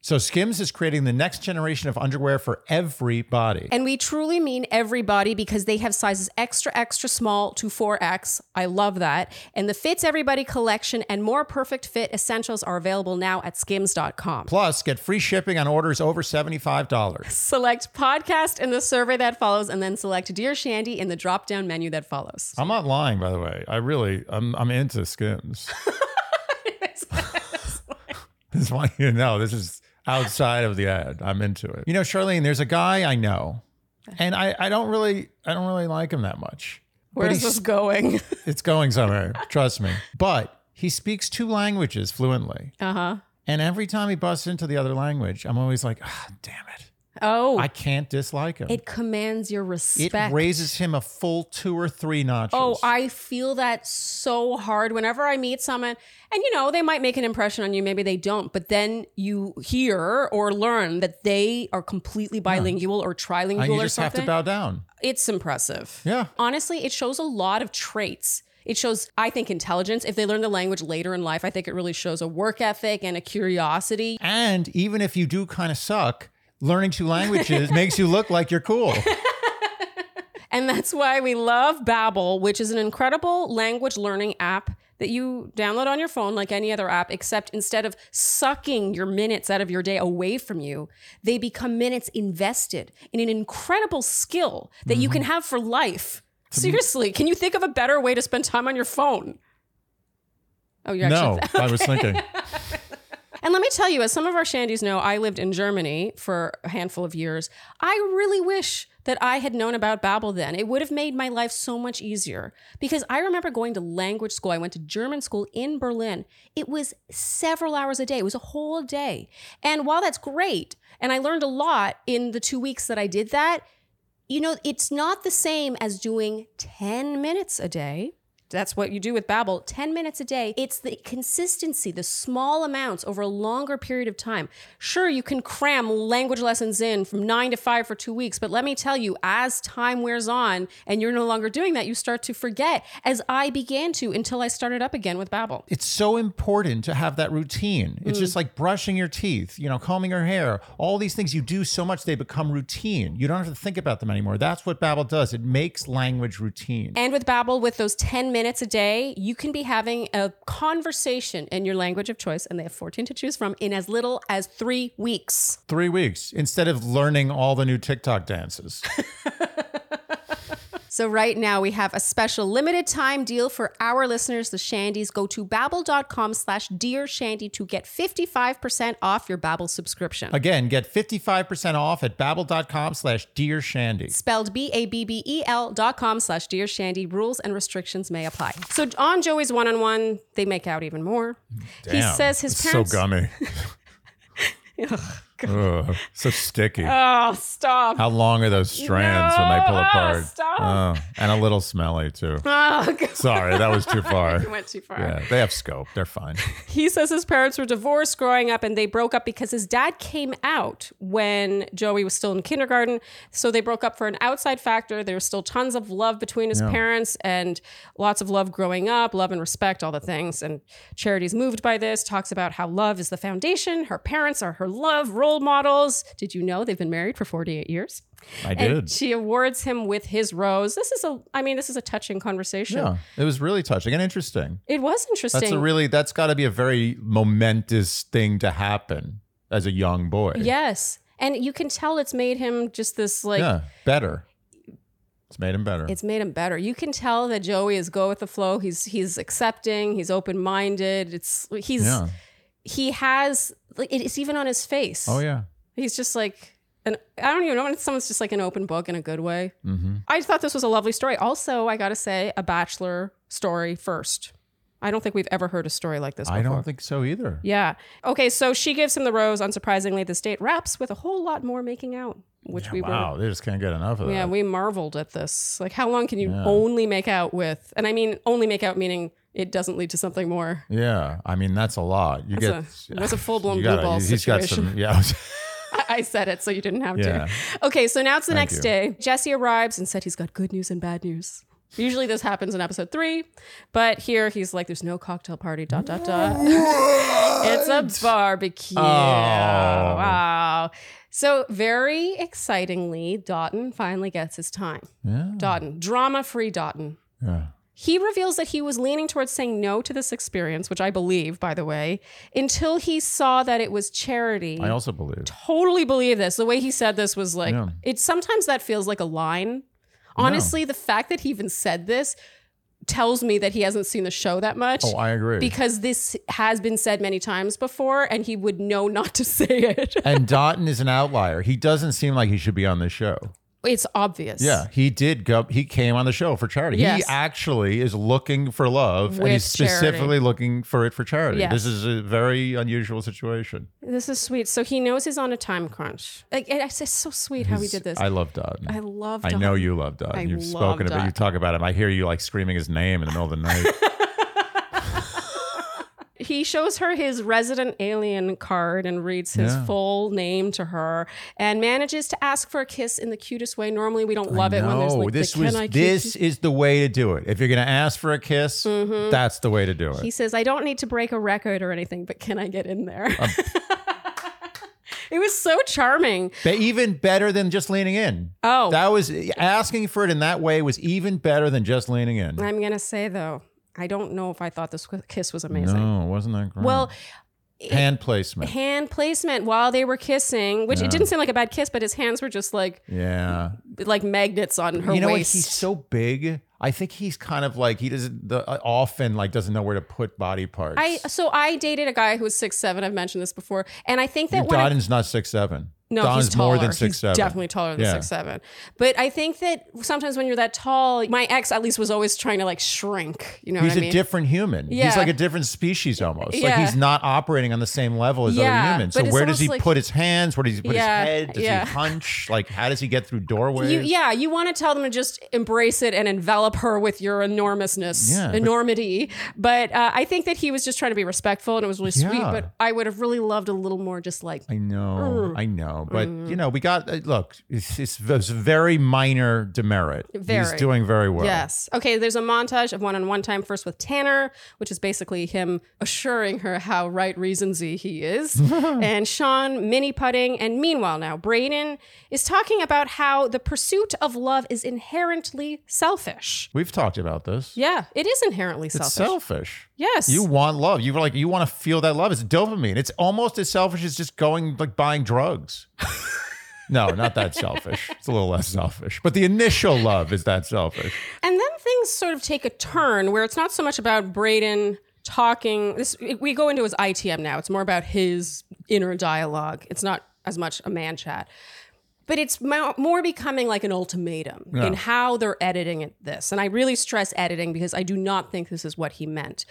A: so Skims is creating the next generation of underwear for everybody.
B: And we truly mean everybody because they have sizes extra, extra small to 4X. I love that. And the Fits Everybody collection and more perfect fit essentials are available now at skims.com.
A: Plus, get free shipping on orders over $75.
B: Select podcast in the survey that follows, and then select Dear Shandy in the drop down menu that follows.
A: I'm not lying, by the way. I really, I'm, I'm into Skims. Just want you to know this is outside of the ad. I'm into it. You know, Charlene, there's a guy I know, and I, I don't really, I don't really like him that much.
B: Where is
A: he's-
B: this going?
A: It's going somewhere. trust me. But he speaks two languages fluently.
B: Uh huh.
A: And every time he busts into the other language, I'm always like, ah, damn it.
B: Oh,
A: I can't dislike him.
B: it commands your
A: It
B: respect.
A: raises him a full two or three notches.
B: Oh, I feel that so hard whenever I meet someone. And you know, they might make an impression on you, maybe they don't, but then you hear or learn that they are completely bilingual or trilingual
A: and you
B: or
A: just have
B: something.
A: to bow down.
B: it's impressive.
A: Yeah.
B: Honestly, it shows a lot of traits. It shows, I think, intelligence. If they learn the language later in life, I think it really shows a work ethic and a curiosity.
A: And even if you do kind of suck, learning two languages makes you look like you're cool.
B: And that's why we love Babbel, which is an incredible language learning app that you download on your phone like any other app, except instead of sucking your minutes out of your day away from you, they become minutes invested in an incredible skill that you can have for life. Seriously, can you think of a better way to spend time on your phone? Oh, you're
A: no,
B: actually
A: I was thinking.
B: and let me tell you, as some of our Shandies know, I lived in Germany for a handful of years. I really wish that I had known about Babbel then. It would have made my life so much easier because I remember going to language school. I went to German school in Berlin. It was several hours a day. It was a whole day. And while that's great, and I learned a lot in the two weeks that I did that, you know, it's not the same as doing 10 minutes a day. That's what you do with Babbel, 10 minutes a day. It's the consistency, the small amounts over a longer period of time. Sure, you can cram language lessons in from 9 to 5 for 2 weeks, but let me tell you, as time wears on and you're no longer doing that, you start to forget as I began to until I started up again with Babbel.
A: It's so important to have that routine. It's
B: Mm.
A: just like brushing your teeth, you know, combing your hair. All these things you do so much they become routine. You don't have to think about them anymore. That's what Babbel does. It makes language routine.
B: And with Babbel, with those 10 minutes a day, you can be having a conversation in your language of choice, and they have 14 to choose from in as little as three weeks.
A: 3 weeks instead of learning all the new TikTok dances.
B: So right now we have a special limited time deal for our listeners, the Shandies. Go to babbel.com slash dear Shandy to get 55% off your Babbel subscription.
A: Again, get 55% off at babbel.com slash dear shandy.
B: Spelled B A B B E L dot com slash Dear Shandy. Rules and restrictions may apply. So on Joey's one on one, they make out even more. He says his parents.
A: gummy.
B: Ugh, God.
A: Ugh, so sticky.
B: Oh, stop.
A: How long are those strands when they pull
B: No, ah,
A: apart?
B: stop.
A: Oh, and a little smelly too.
B: Oh, God.
A: Sorry, that was too far.
B: It went too far.
A: Yeah, they have scope. They're fine.
B: He says his parents were divorced growing up and they broke up because his dad came out when Joey was still in kindergarten. So they broke up for an outside factor. There was still tons of love between his parents and lots of love growing up, love and respect, all the things. And Charity's moved by this, talks about how love is the foundation. Her parents are her love role models. Did you know they've been married for 48 years?
A: I
B: And
A: did.
B: she awards him with his rose. This is a, I mean, this is a touching conversation.
A: Yeah, it was really touching and interesting.
B: It was interesting.
A: That's a really that's got to be a very momentous thing to happen as a young boy.
B: Yes. And you can tell it's made him just this like
A: yeah, better. It's made him better.
B: it's made him better. You can tell that Joey is go with the flow. He's he's accepting, he's open-minded. It's he's
A: yeah.
B: he has like it's even on his face.
A: Oh yeah.
B: He's just like an I don't even know when someone's just like an open book in a good way.
A: Mm-hmm.
B: I thought this was a lovely story. Also, I got to say a bachelor story first. I don't think we've ever heard a story like this before.
A: I don't think so either.
B: Yeah. Okay, so she gives him the rose. Unsurprisingly, this date wraps with a whole lot more making out, which
A: Yeah,
B: we were
A: wow, they just can't get enough of that.
B: Yeah, we marveled at this. Like, how long can you only make out with? And I mean, only make out meaning it doesn't lead to something more.
A: Yeah, I mean that's a lot. You
B: That's
A: get
B: a- that's a full-blown
A: you
B: blue
A: gotta-
B: ball
A: He's got some.
B: situation.
A: Yeah,
B: I, I said it, so you didn't have
A: Yeah.
B: to. Okay, so now it's the
A: Thank
B: next
A: you.
B: day. Jesse arrives and said he's got good news and bad news. Usually this happens in episode three, but here he's like, "There's no cocktail party." Dot dot dot. it's a
A: Oh.
B: barbecue. Wow. So very excitingly, Dotton finally gets his time.
A: yeah,
B: Dotton, drama-free Dotton.
A: yeah.
B: He reveals that he was leaning towards saying no to this experience, which I believe, by the way, until he saw that it was charity.
A: I also believe.
B: totally believe this. The way he said this was like,
A: Yeah.
B: it sometimes that feels like a line. Honestly, the fact that he even said this tells me that he hasn't seen the show that much.
A: Oh, I agree.
B: because this has been said many times before and he would know not to say it.
A: and Dotton is an outlier. He doesn't seem like he should be on this show.
B: It's obvious.
A: Yeah, he did go. He came on the show for charity.
B: Yes.
A: He actually is looking for love, and
B: With
A: he's
B: charity.
A: specifically looking for it for charity.
B: Yes.
A: This is a very unusual situation.
B: This is sweet. So he knows he's on a time crunch. Like, it- it's just so sweet how he
A: He's-
B: did this.
A: I love Dodd.
B: I love.
A: I
B: Don.
A: know you love Dodd.
B: I
A: You've
B: love
A: spoken about.
B: Dodd.
A: You talk about him. I hear you like screaming his name in the middle of the night.
B: He shows her his resident alien card and reads his
A: Yeah.
B: full name to her, and manages to ask for a kiss in the cutest way. Normally, we don't love it when there's
A: no,
B: like
A: this
B: the,
A: was
B: Can I kiss
A: this is the way to do it. If you're gonna ask for a kiss, that's the way to do it.
B: you?" Mm-hmm. He says, "I don't need to break a record or anything, but can I get in there?"
A: Um,
B: it was so charming.
A: But even better than just leaning in.
B: Oh,
A: That was asking for it in that way was even better than just leaning in.
B: I'm gonna say though, I don't know if I thought this kiss was amazing.
A: No, wasn't that great?
B: Well,
A: hand placement.
B: hand placement while they were kissing, which
A: Yeah.
B: it didn't seem like a bad kiss, but his hands were just like
A: yeah.
B: like magnets on her
A: you know
B: waist.
A: what? He's so big. I think he's kind of like he doesn't the, uh, often like doesn't know where to put body parts.
B: I uh, so I dated a guy who was six seven. I've mentioned this before, and I think that when I,
A: Don's not six seven.
B: no,
A: Don's
B: he's taller.
A: more than
B: He's
A: six seven.
B: definitely taller than
A: Yeah.
B: six seven. But I think that sometimes when you're that tall, my ex at least was always trying to like shrink. You know
A: He's
B: what I mean?
A: a different human.
B: Yeah.
A: He's like a different species almost. Like
B: Yeah.
A: he's not operating on the same level as
B: Yeah,
A: other humans. So
B: but it's
A: where does he
B: almost like-
A: put his hands? Where does he put
B: Yeah,
A: his head? Does
B: yeah.
A: he hunch? Like how does he get through doorways?
B: You, yeah, you want to tell them to just embrace it and envelop her with your enormousness,
A: Yeah, but-
B: enormity. But uh, I think that he was just trying to be respectful, and it was really sweet.
A: Yeah.
B: But I would have really loved a little more, just like
A: I know, I know, but
B: Mm-hmm.
A: you know, we got uh, look. It's, it's, it's very minor demerit. He's
B: Very.
A: doing very well.
B: yes, okay. There's a montage of one-on-one time first with Tanner, which is basically him assuring her how right reasonsy he is, and Sean mini putting. And meanwhile, now Brayden is talking about how the pursuit of love is inherently selfish.
A: we've talked about this.
B: Yeah, it is inherently selfish.
A: it's selfish.
B: yes,
A: You want love. You like you want to feel that love. It's dopamine. It's almost as selfish as just going like buying drugs. no, not that selfish. It's a little less selfish. But the initial love is that selfish.
B: And then things sort of take a turn where it's not so much about Braden talking. This we go into his ITM now. It's more about his inner dialogue. It's not as much a man chat. But it's mo- more becoming like an ultimatum in how they're editing it, this. And I really stress editing because I do not think this is what he meant.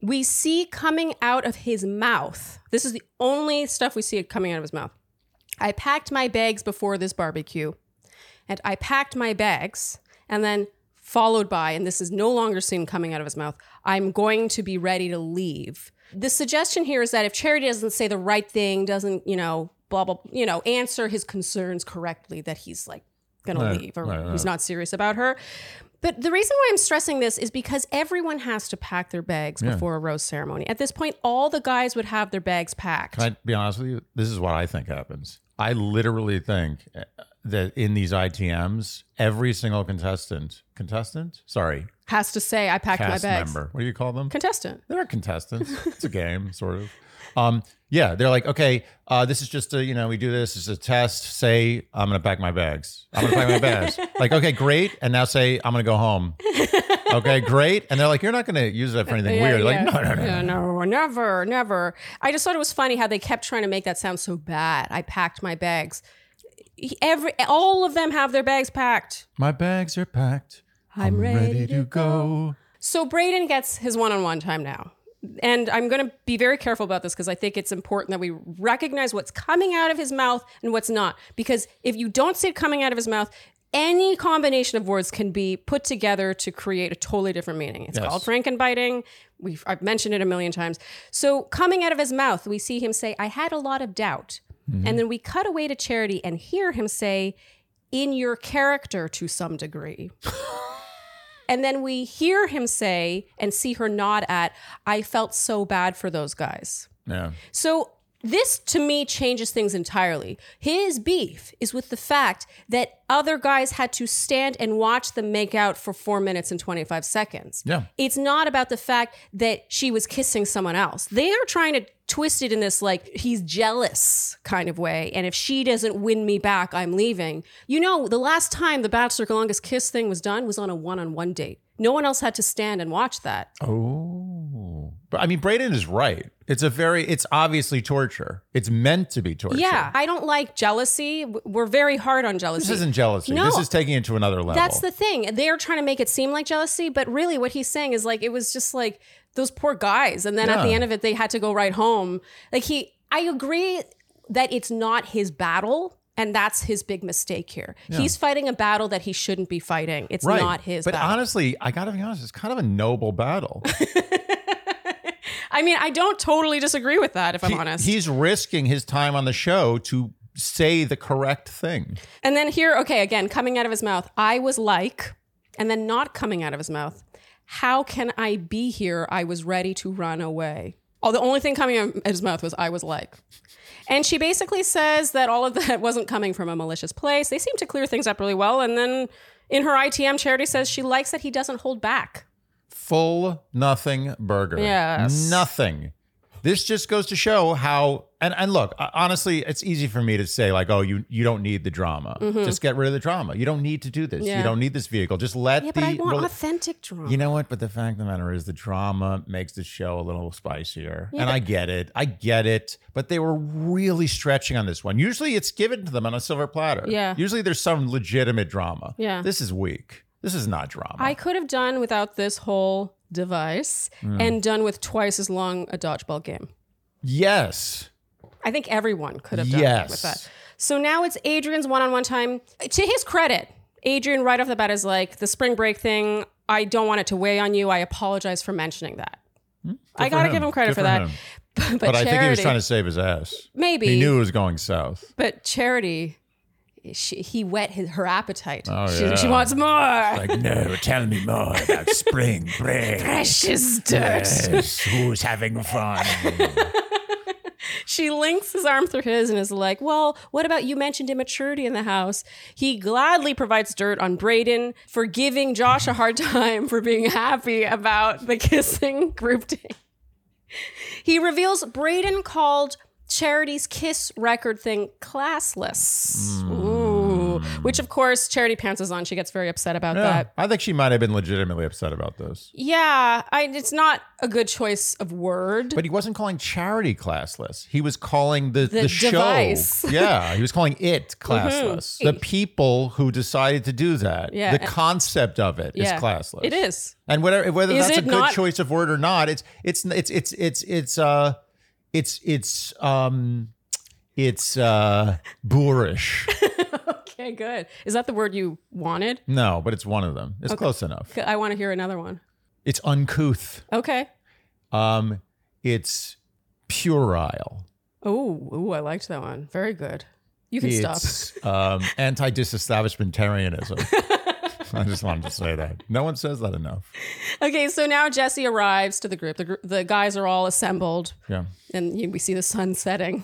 B: We see coming out of his mouth. This is the only stuff we see coming out of his mouth. I packed my bags before this barbecue and I packed my bags, and then followed by, and this is no longer seen coming out of his mouth, I'm going to be ready to leave. The suggestion here is that if Charity doesn't say the right thing, doesn't, you know, blah, blah, you know, answer his concerns correctly, that he's like gonna
A: Right,
B: leave or
A: right, right.
B: he's not serious about her. But the reason why I'm stressing this is because everyone has to pack their bags before a rose ceremony. At this point, all the guys would have their bags packed.
A: Can I be honest with you? This is what I think happens. I literally think uh, that in these ITMs, every single contestant, contestant, sorry,
B: has to say, I packed
A: cast
B: my bags.
A: member. What do you call them?
B: Contestant.
A: They're contestants. It's a game, sort of. Um, yeah, they're like, okay, uh, this is just a, you know, we do this. It's a test. Say, I'm gonna pack my bags. I'm gonna pack my bags. Like, okay, great. And now say, I'm gonna go home. Okay, great. And they're like, you're not gonna use that for anything
B: Yeah,
A: weird. Like,
B: yeah.
A: no, no, no.
B: Yeah, no, never, never. I just thought it was funny how they kept trying to make that sound so bad. I packed my bags. He- Every all of them have their bags packed.
A: My bags are packed.
B: I'm, ready, to go.
A: go.
B: So Braden gets his one-on-one time now. And I'm going to be very careful about this because I think it's important that we recognize what's coming out of his mouth and what's not. Because if you don't see it coming out of his mouth, any combination of words can be put together to create a totally different meaning. It's
A: Yes.
B: called Frankenbiting. We've I've mentioned it a million times. So coming out of his mouth, we see him say, "I had a lot of doubt," and then we cut away to Charity and hear him say, "In your character to some degree." And then we hear him say and see her nod at, I felt so bad for those guys.
A: Yeah.
B: So this to me changes things entirely. His beef is with the fact that other guys had to stand and watch them make out for four minutes and 25 seconds.
A: Yeah.
B: It's not about the fact that she was kissing someone else. They are trying to twist it in this like he's jealous kind of way. And if she doesn't win me back, I'm leaving. You know, the last time the Bachelor Longest Kiss thing was done was on a one on one date. No one else had to stand and watch that.
A: Oh. But I mean, Braden is right. It's a very, it's obviously torture. It's meant to be torture.
B: Yeah, I don't like jealousy. W- We're very hard on jealousy.
A: This isn't jealousy.
B: No.
A: This is taking it to another level.
B: That's the thing. They're trying to make it seem like jealousy, but really what he's saying is like it was just like those poor guys. And then at the
A: Yeah.
B: end of it, they had to go right home. Like he, I agree that it's not his battle. And that's his big mistake here. He's fighting a battle that he shouldn't be fighting. It's
A: right.
B: not his
A: But
B: battle.
A: honestly, I got to be honest, it's kind of a noble battle.
B: I mean, I don't totally disagree with that, if I'm
A: He-
B: honest.
A: He's risking his time on the show to say the correct thing.
B: And then here, okay, again, coming out of his mouth, I was like, and then not coming out of his mouth, how can I be here? I was ready to run away. Oh, the only thing coming out of his mouth was, I was like. And she basically says that all of that wasn't coming from a malicious place. They seem to clear things up really well. And then in her ITM, Charity says she likes that he doesn't hold back.
A: Full nothing burger.
B: Yes.
A: Nothing. This just goes to show how and and look, uh, honestly, it's easy for me to say like, "Oh, you you don't need the drama. Just get rid of the drama. You don't need to do this.
B: Mm-hmm. Yeah.
A: You don't need this vehicle. Just let
B: Yeah,
A: the
B: but I want
A: rela-
B: authentic drama.
A: You know what? But the fact of the matter is, the drama makes the show a little spicier. and I get it. I get it. But they were really stretching on this one. Usually it's given to them on a silver platter.
B: Yeah.
A: Usually there's some legitimate drama.
B: Yeah.
A: This is weak. This is not drama.
B: I could have done without this whole device
A: Hmm.
B: and done with twice as long a dodgeball game.
A: yes.
B: I think everyone could have done
A: Yes.
B: with that. So now it's Adrian's one-on-one time. To his credit, Adrian right off the bat is like the spring break thing. I don't want it to weigh on you. I apologize for mentioning that.
A: Hmm?
B: I
A: Good for
B: gotta give him credit
A: Good
B: for that.
A: him.
B: But,
A: But I
B: charity,
A: think he was trying to save his ass.
B: maybe.
A: He knew it was going south.
B: But charity, she, he wet his, her appetite.
A: Oh,
B: she,
A: yeah.
B: she wants more
A: Like, no, tell me more about spring break.
B: precious dirt.
A: who's having fun?
B: She links his arm through his and is like, Well, what about you mentioned immaturity in the house? He gladly provides dirt on Braden for giving Josh a hard time for being happy about the kissing group date. He reveals Braden called Charity's kiss record thing classless. Ooh. Which, of course, Charity pants is on. She gets very upset about
A: yeah,
B: that.
A: I think she might have been legitimately upset about this.
B: Yeah, I, it's not a good choice of word.
A: But he wasn't calling charity classless. He was calling the, the,
B: device. Mm-hmm.
A: show. Yeah, he was calling it classless. The people who decided to do that,
B: Yeah.
A: the concept of it is classless.
B: It is.
A: and whether whether
B: Is
A: that's a
B: it
A: good
B: not-
A: choice of word or not, it's it's it's it's it's it's uh, it's it's um, it's uh, boorish.
B: Okay, good. Is that the word you wanted?
A: no, but it's one of them. It's close enough.
B: I want to hear another one.
A: It's uncouth.
B: Okay.
A: Um, it's puerile.
B: Oh, ooh, I liked that one. Very good. You can stop.
A: it's um, anti-disestablishmentarianism. I just wanted to say that. No one says that enough.
B: Okay, so now Jesse arrives to the group. The, gr- the guys are all assembled,
A: Yeah.
B: and you, we see the sun setting.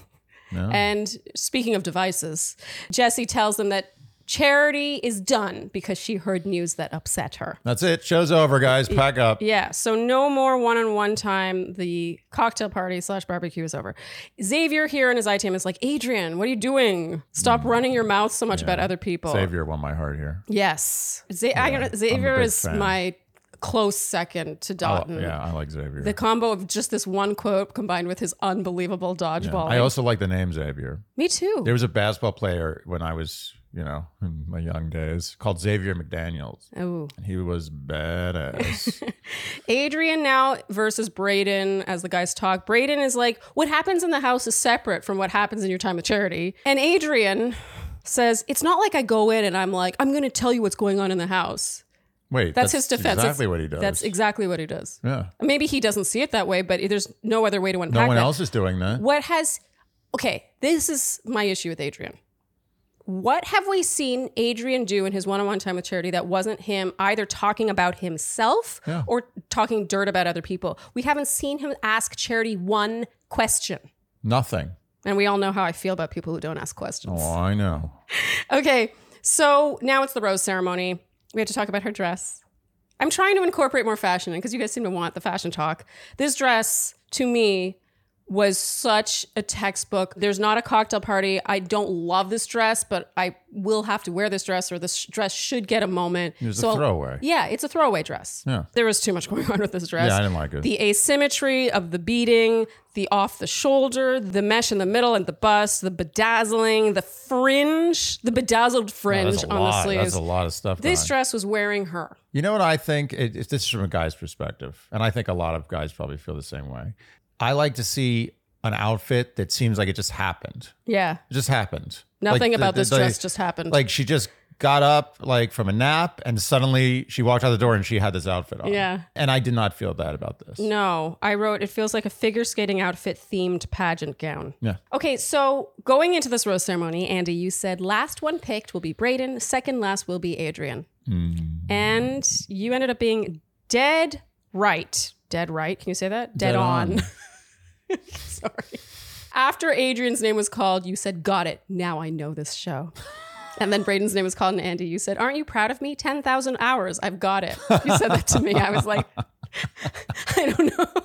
A: No.
B: And speaking of devices, Jesse tells them that Charity is done because she heard news that upset her.
A: That's it. Show's over, guys. Pack up.
B: Yeah, so no more one on one time. The cocktail party slash barbecue is over. Xavier here in his ITM is like, Adrian, what are you doing? Stop running your mouth so much about other people.
A: Xavier won my heart here.
B: Yes. Za- I,
A: I'm
B: Xavier
A: a big
B: is
A: fan.
B: my close second to
A: Oh,
B: Dalton.
A: yeah, I like Xavier.
B: The combo of just this one quote combined with his unbelievable dodgeball.
A: I also like the name Xavier.
B: Me too.
A: There was a basketball player when I was, you know, in my young days called Xavier McDaniels.
B: oh.
A: And he was badass.
B: Adrian now versus Braden as the guys talk. Braden is like, what happens in the house is separate from what happens in your time with charity. And Adrian says, it's not like I go in and I'm like, I'm going to tell you what's going on in the house.
A: Wait,
B: That's, his defense. That's-
A: Exactly what he does.
B: That's exactly what he does.
A: yeah.
B: Maybe he doesn't see it that way, but there's no other way to unpack
A: No one
B: that.
A: else is doing that.
B: What has okay? This is my issue with Adrian. What have we seen Adrian do in his one-on-one time with Charity that wasn't him either talking about himself
A: Yeah.
B: or talking dirt about other people? We haven't seen him ask Charity one question,
A: Nothing.
B: and we all know how I feel about people who don't ask questions.
A: Oh, I know.
B: Okay, so now it's the rose ceremony. We have to talk about her dress. I'm trying to incorporate more fashion because you guys seem to want the fashion talk. This dress, to me, was such a textbook. There's not a cocktail party. I don't love this dress, but I will have to wear this dress, or this dress should get a moment.
A: It was
B: So-
A: a throwaway.
B: Yeah, it's a throwaway dress.
A: Yeah.
B: There was too much going on with this dress.
A: Yeah, I didn't like it.
B: The asymmetry of the beading, the off the shoulder, the mesh in the middle and the bust, the bedazzling, the fringe, the bedazzled
A: Oh,
B: fringe
A: that's a
B: on the
A: lot.
B: sleeves.
A: That's a lot of stuff.
B: This
A: going.
B: dress was wearing her.
A: You know what I think? It, it, this is from a guy's perspective, and I think a lot of guys probably feel the same way. I like to see an outfit that seems like it just happened.
B: Yeah.
A: It just happened.
B: Nothing
A: Like,
B: about
A: the-
B: this
A: the-
B: dress just happened.
A: Like she just got up like from a nap, and suddenly she walked out the door and she had this outfit on.
B: Yeah.
A: and I did not feel that about this.
B: no, I wrote it feels like a figure skating outfit themed pageant gown.
A: Yeah.
B: Okay, so going into this rose ceremony, Andy, you said last one picked will be Braden, second last will be Adrian. Mm. And you ended up being dead right. Dead right. Can you say that? Dead,
A: Dead
B: on.
A: on.
B: Sorry. After Adrian's name was called, you said, Got it. Now I know this show. And then Braden's name was called, and Andy, you said, Aren't you proud of me? 10,000 hours. I've got it. You said that to me. I was like, I don't know.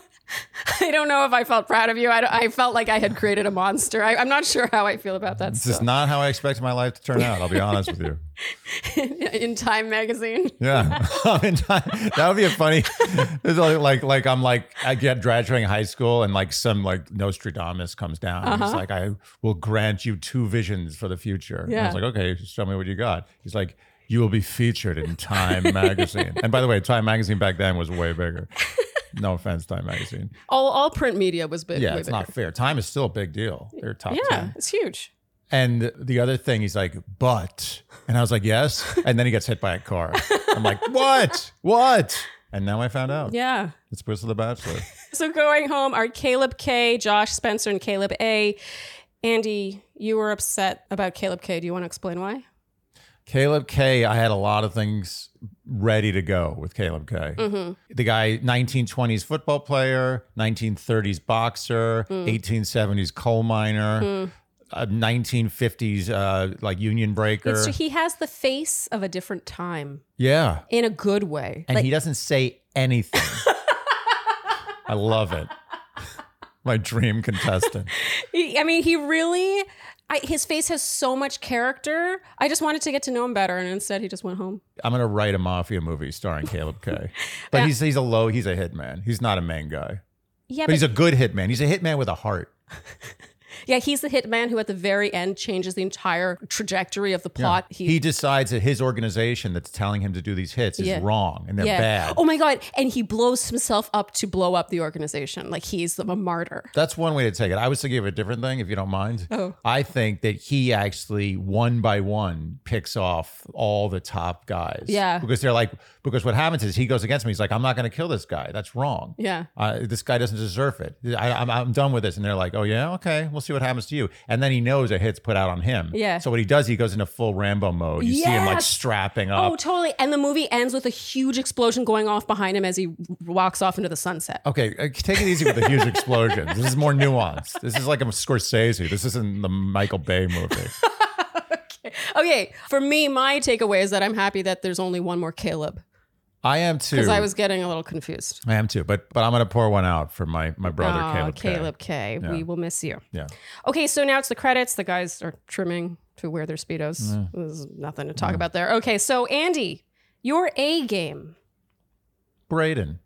B: I don't know if I felt proud of you. I, don't- I felt like I had created a monster. I, I'm not sure how I feel about that
A: This is
B: stuff.
A: not how I expected my life to turn out. I'll be honest with you.
B: in Time magazine.
A: Yeah, I mean, that would be a funny. It's like, like like I'm like I get graduating high school and like some like Nostradamus comes down. and
B: Uh-huh.
A: He's like, I will grant you two visions for the future. And I was
B: Yeah.
A: like, okay, just tell me what you got. He's like, you will be featured in Time magazine. and by the way, Time magazine back then was way bigger. No offense, Time magazine.
B: All, all print media was big.
A: Yeah,
B: way
A: it's
B: bigger.
A: not fair. Time is still a big deal. They're top
B: Yeah,
A: ten.
B: it's huge.
A: And the other thing, he's like, but. And I was like, yes. And then he gets hit by a car. I'm like, what? What? And now I found out.
B: Yeah.
A: It's Bristol the Bachelor.
B: So going home are Caleb K, Josh Spencer, and Caleb A. Andy, you were upset about Caleb K. Do you want to explain why?
A: Caleb K, I had a lot of things ready to go with Caleb K.
B: Mm-hmm.
A: The guy, 1920s football player, 1930s boxer,
B: Mm.
A: 1870s coal miner, uh, 1950s uh, like union breaker.
B: It's he has the face of a different time
A: yeah.
B: in a good way.
A: and
B: like,
A: he doesn't say anything. I love it. My dream contestant.
B: he- I mean, he really. I, his face has so much character. I just wanted to get to know him better, and instead he just went home.
A: I'm gonna write a mafia movie starring Caleb Kay, but he's he's a low. He's a hitman. He's not a main guy,
B: Yeah,
A: but he's a good hitman. He's a hitman with a heart.
B: yeah, he's the hitman who at the very end changes the entire trajectory of the plot.
A: He decides that his organization that's telling him to do these hits is
B: Yeah.
A: wrong and they're bad.
B: Oh my god! And he blows himself up to blow up the organization. Like he's a martyr.
A: That's one way to take it. I was thinking of a different thing, if you don't mind.
B: Oh.
A: I think that he actually one by one picks off all the top guys.
B: Yeah.
A: Because they're like, because what happens is he goes against me. He's like, I'm not going to kill this guy. That's wrong.
B: Yeah.
A: Uh, this guy doesn't deserve it. I, I'm, I'm done with this. And they're like, oh, yeah, okay, we'll see what happens to you. And then he knows a hit's put out on him.
B: Yeah.
A: So what he does, he goes into full Rambo mode. You see him like
B: Yes.
A: strapping up.
B: Oh, totally. And the movie ends with a huge explosion going off behind him as he walks off into the sunset.
A: Okay, uh, take it easy with the huge explosions. This is more nuanced. This is like a Scorsese. This isn't the Michael Bay movie.
B: Okay, for me, my takeaway is that I'm happy that there's only one more Caleb
A: I am too.
B: because I was getting a little confused.
A: I am too, but but I'm gonna pour one out for my my brother
B: Aw,
A: Caleb. K.
B: Ah, Caleb K. We will miss you.
A: Yeah.
B: Okay, so now it's the credits. The guys are trimming to wear their speedos. There's nothing to talk about there. Okay, so Andy, your A game.
A: Braden.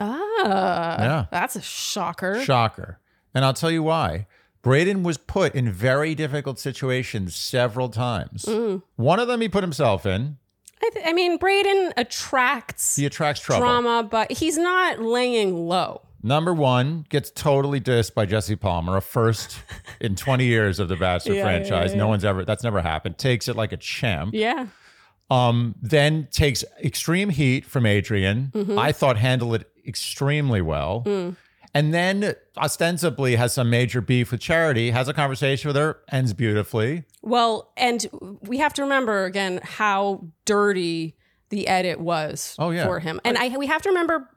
B: Ah,
A: Yeah.
B: that's a shocker.
A: Shocker. And I'll tell you why. Braden was put in very difficult situations several times.
B: Mm.
A: One of them he put himself in.
B: I, th- I mean, Braden attracts
A: He attracts trouble.
B: drama, but he's not laying low.
A: Number one gets totally dissed by Jesse Palmer, a first in 20 years of the Bachelor
B: Yeah, yeah,
A: franchise. No one's ever that's never happened. Takes it like a champ.
B: Yeah.
A: Um, then takes extreme heat from Adrian. I thought handled it extremely well. And then ostensibly has some major beef with Charity, has a conversation with her, ends beautifully.
B: Well, and we have to remember again how dirty the edit was
A: Oh, yeah.
B: for him. And I we have to remember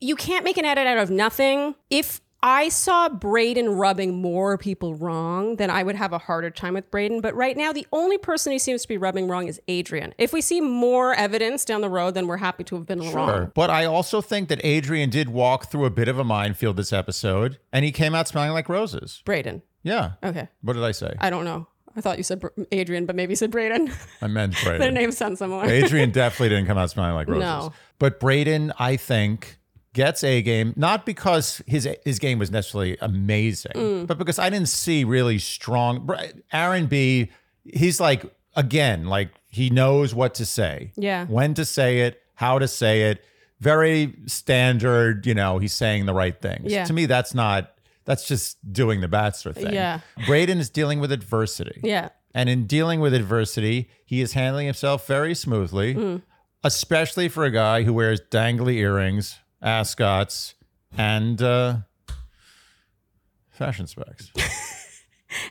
B: you can't make an edit out of nothing. If I saw Braden rubbing more people wrong, then I would have a harder time with Braden. But right now, the only person he seems to be rubbing wrong is Adrian. If we see more evidence down the road, then we're happy to have been wrong.
A: But I also think that Adrian did walk through a bit of a minefield this episode, and he came out smelling like roses.
B: Braden.
A: Yeah.
B: Okay.
A: What did I say? I,
B: I don't know. I thought you said Br- Adrian, but maybe you said Braden.
A: meant
B: Their
A: Braden.
B: names sound similar.
A: Adrian definitely didn't come out smelling like roses.
B: No.
A: But Braden, I think, gets a game not because his his game was necessarily amazing,
B: Mm.
A: but because I didn't see really strong Bra- Aaron B. He's like again, like he knows what to say.
B: Yeah.
A: when to say it, how to say it. Very standard, you know, he's saying the right things.
B: Yeah.
A: To me, that's not, that's just doing the bachelor thing.
B: Yeah.
A: Braden is dealing with adversity.
B: Yeah.
A: And in dealing with adversity, he is handling himself very smoothly, especially for a guy who wears dangly earrings, ascots, and uh, fashion specs.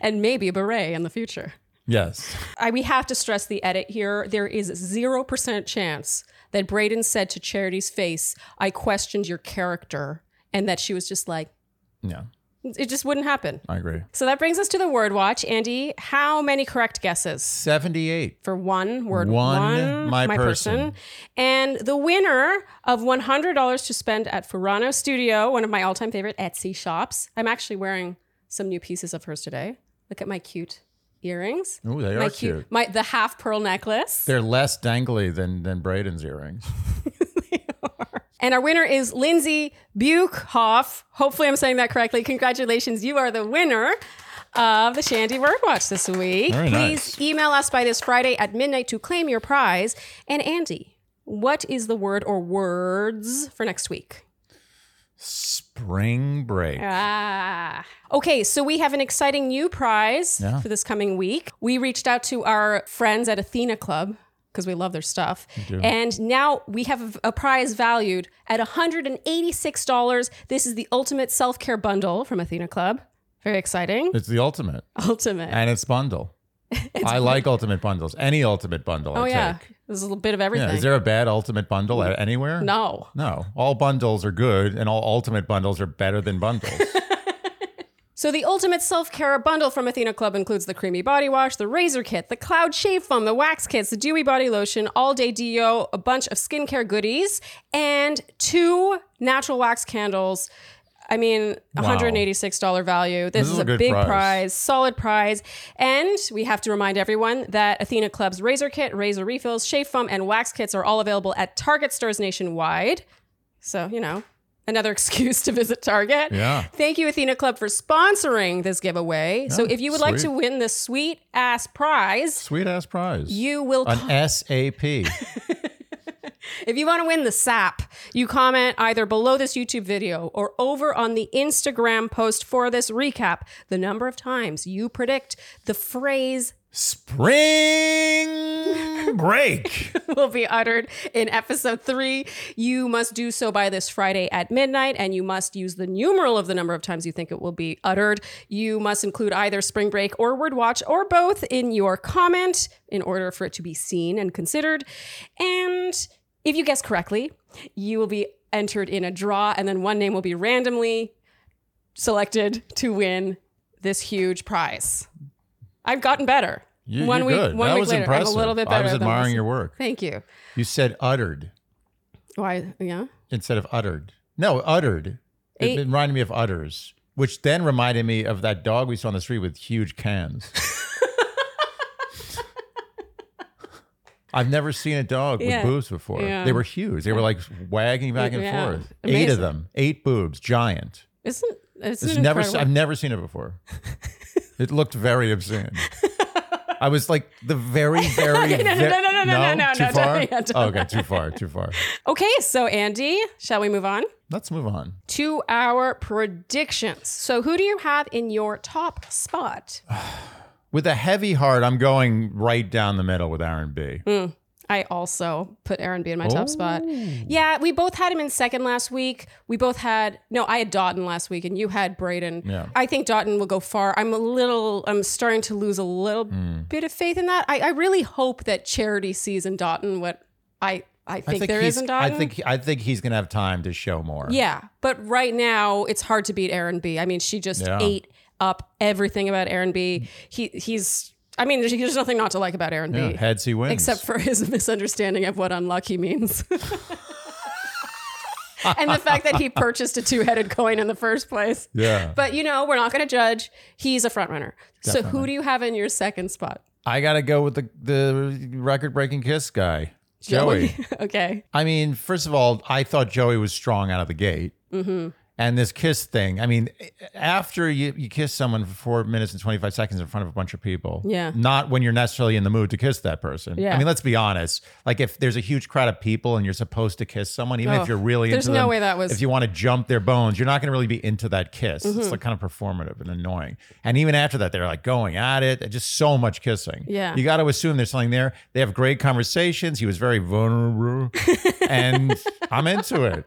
B: And maybe a beret in the future.
A: yes.
B: I, we have to stress the edit here. There is 0% chance that Braden said to Charity's face, I questioned your character, and that she was just like,
A: Yeah,
B: it just wouldn't happen.
A: I agree.
B: So that brings us to the word watch. Andy, how many correct guesses?
A: 78.
B: For one word,
A: One, my person.
B: And the winner of $100 to spend at Furano Studio, one of my all time favorite Etsy shops. I'm actually wearing some new pieces of hers today. Look at my cute earrings.
A: Ooh, they
B: my
A: are cute.
B: My, the half pearl necklace.
A: They're less dangly than than Braden's earrings.
B: And our winner is Lindsay Buchhoff. Hopefully, I'm saying that correctly. Congratulations, you are the winner of the Shandy Word Watch this week.
A: Very
B: Please
A: nice.
B: email us by this Friday at midnight to claim your prize. And Andy, what is the word or words for next week?
A: Spring break.
B: Ah. Okay, so we have an exciting new prize
A: Yeah.
B: for this coming week. We reached out to our friends at Athena Club because we love their stuff. And now we have a prize valued at $186. This is the ultimate self care bundle from Athena Club. Very exciting.
A: It's the ultimate,
B: ultimate.
A: and it's bundle. I like ultimate bundles. Any ultimate bundle.
B: oh,
A: I
B: yeah.
A: Take.
B: There's a little bit of everything.
A: Yeah. Is there a bad ultimate bundle a- anywhere?
B: no.
A: No. All bundles are good, and all ultimate bundles are better than bundles.
B: So the ultimate self-care bundle from Athena Club includes the creamy body wash, the razor kit, the cloud shave foam, the wax kits, the dewy body lotion, all-day deo, a bunch of skincare goodies, and two natural wax candles. I mean,
A: Wow.
B: $186 value.
A: This
B: This, is,
A: is a
B: a,
A: good
B: big
A: prize.
B: prize, solid prize. And we have to remind everyone that Athena Club's razor kit, razor refills, shave foam, and wax kits are all available at Target stores nationwide. So, you know, another excuse to visit Target.
A: Yeah.
B: Thank you, Athena Club, for sponsoring this giveaway. so if you would like
A: Oh, sweet.
B: to win this sweet ass prize,
A: Sweet ass prize.
B: you will
A: An SAP.
B: if you want to win the sap, you comment either below this YouTube video or over on the Instagram post for this recap the number of times you predict the phrase
A: Spring break.
B: will be uttered in episode three. You must do so by this Friday at midnight, and you must use the numeral of the number of times you think it will be uttered. You must include either spring break or word watch or both in your comment in order for it to be seen and considered. And if you guess correctly, you will be entered in a draw, and then one name will be randomly selected to win this huge prize. I've gotten better.
A: You,
B: one
A: you're
B: week,
A: good.
B: one
A: that
B: week
A: was
B: later,
A: impressive.
B: I'm a little bit
A: I
B: better.
A: was
B: than
A: admiring
B: last-
A: your work.
B: Thank you.
A: You said uttered.
B: Why? Yeah.
A: instead of uttered. No, uttered.
B: Eight-
A: It reminded me of udders, which then reminded me of that dog we saw on the street with huge cans. I've never seen a dog
B: Yeah.
A: with boobs before.
B: Yeah.
A: They were huge. They were like wagging back and
B: Yeah.
A: forth. Eight of
B: Amazing.
A: them, eight boobs, giant.
B: Isn't it's
A: It's never. I've never seen it before. it looked very obscene. I was like the very, very.
B: Okay, no, no,
A: ve-
B: no, no, no, no, no,
A: Too
B: no,
A: far.
B: don't- yeah, don't-
A: Oh, okay, too far, too far.
B: Okay, so Andy, shall we move on
A: Let's move on.
B: to our predictions? So, who do you have in your top spot?
A: With a heavy heart, I'm going right down the middle with Aaron
B: Mm.
A: B.
B: I also put Aaron B in my top spot.
A: Oh.
B: Yeah, we both had him in second last week. We both had no, I had Dotton last week, and you had Braden.
A: Yeah.
B: I think Dotton will go far. I'm a little, I'm starting to lose a
A: Hmm.
B: little bit of faith in that. I, I really hope that Charity sees in Dotton what I I think, there
A: he's-
B: is not
A: I think I think he's gonna have time to show more.
B: Yeah, but right now it's hard to beat Aaron B. I mean, she just
A: Yeah.
B: ate up everything about Aaron B. He he's. I mean, there's- there's nothing not to like about Aaron
A: Yeah,
B: B.
A: heads he wins.
B: except for his misunderstanding of what unlucky means. and the fact that he purchased a two-headed coin in the first place.
A: yeah,
B: But you know, we're not going to judge. He's a front runner. So who do you have in your second spot?
A: I gotta go with the the record breaking kiss guy, Joey.
B: okay.
A: I mean, first of all, I thought Joey was strong out of the gate. Mm-hmm. And this kiss thing, I mean, after you, you kiss someone for four minutes and 25 seconds in front of a bunch of people,
B: Yeah.
A: not when you're necessarily in the mood to kiss that person.
B: Yeah.
A: I mean, let's be honest. Like, if there's a huge crowd of people and you're supposed to kiss someone, even
B: Oh,
A: if you're really
B: there's
A: into
B: no
A: them,
B: way that was-
A: if you want to jump their bones, you're not going to really be into that kiss. It's
B: Mm-hmm.
A: like kind of performative and annoying. And even after that, they're like going at it, just so much kissing.
B: Yeah.
A: You got to assume there's something there. They have great conversations. He was very vulnerable, and I'm into it.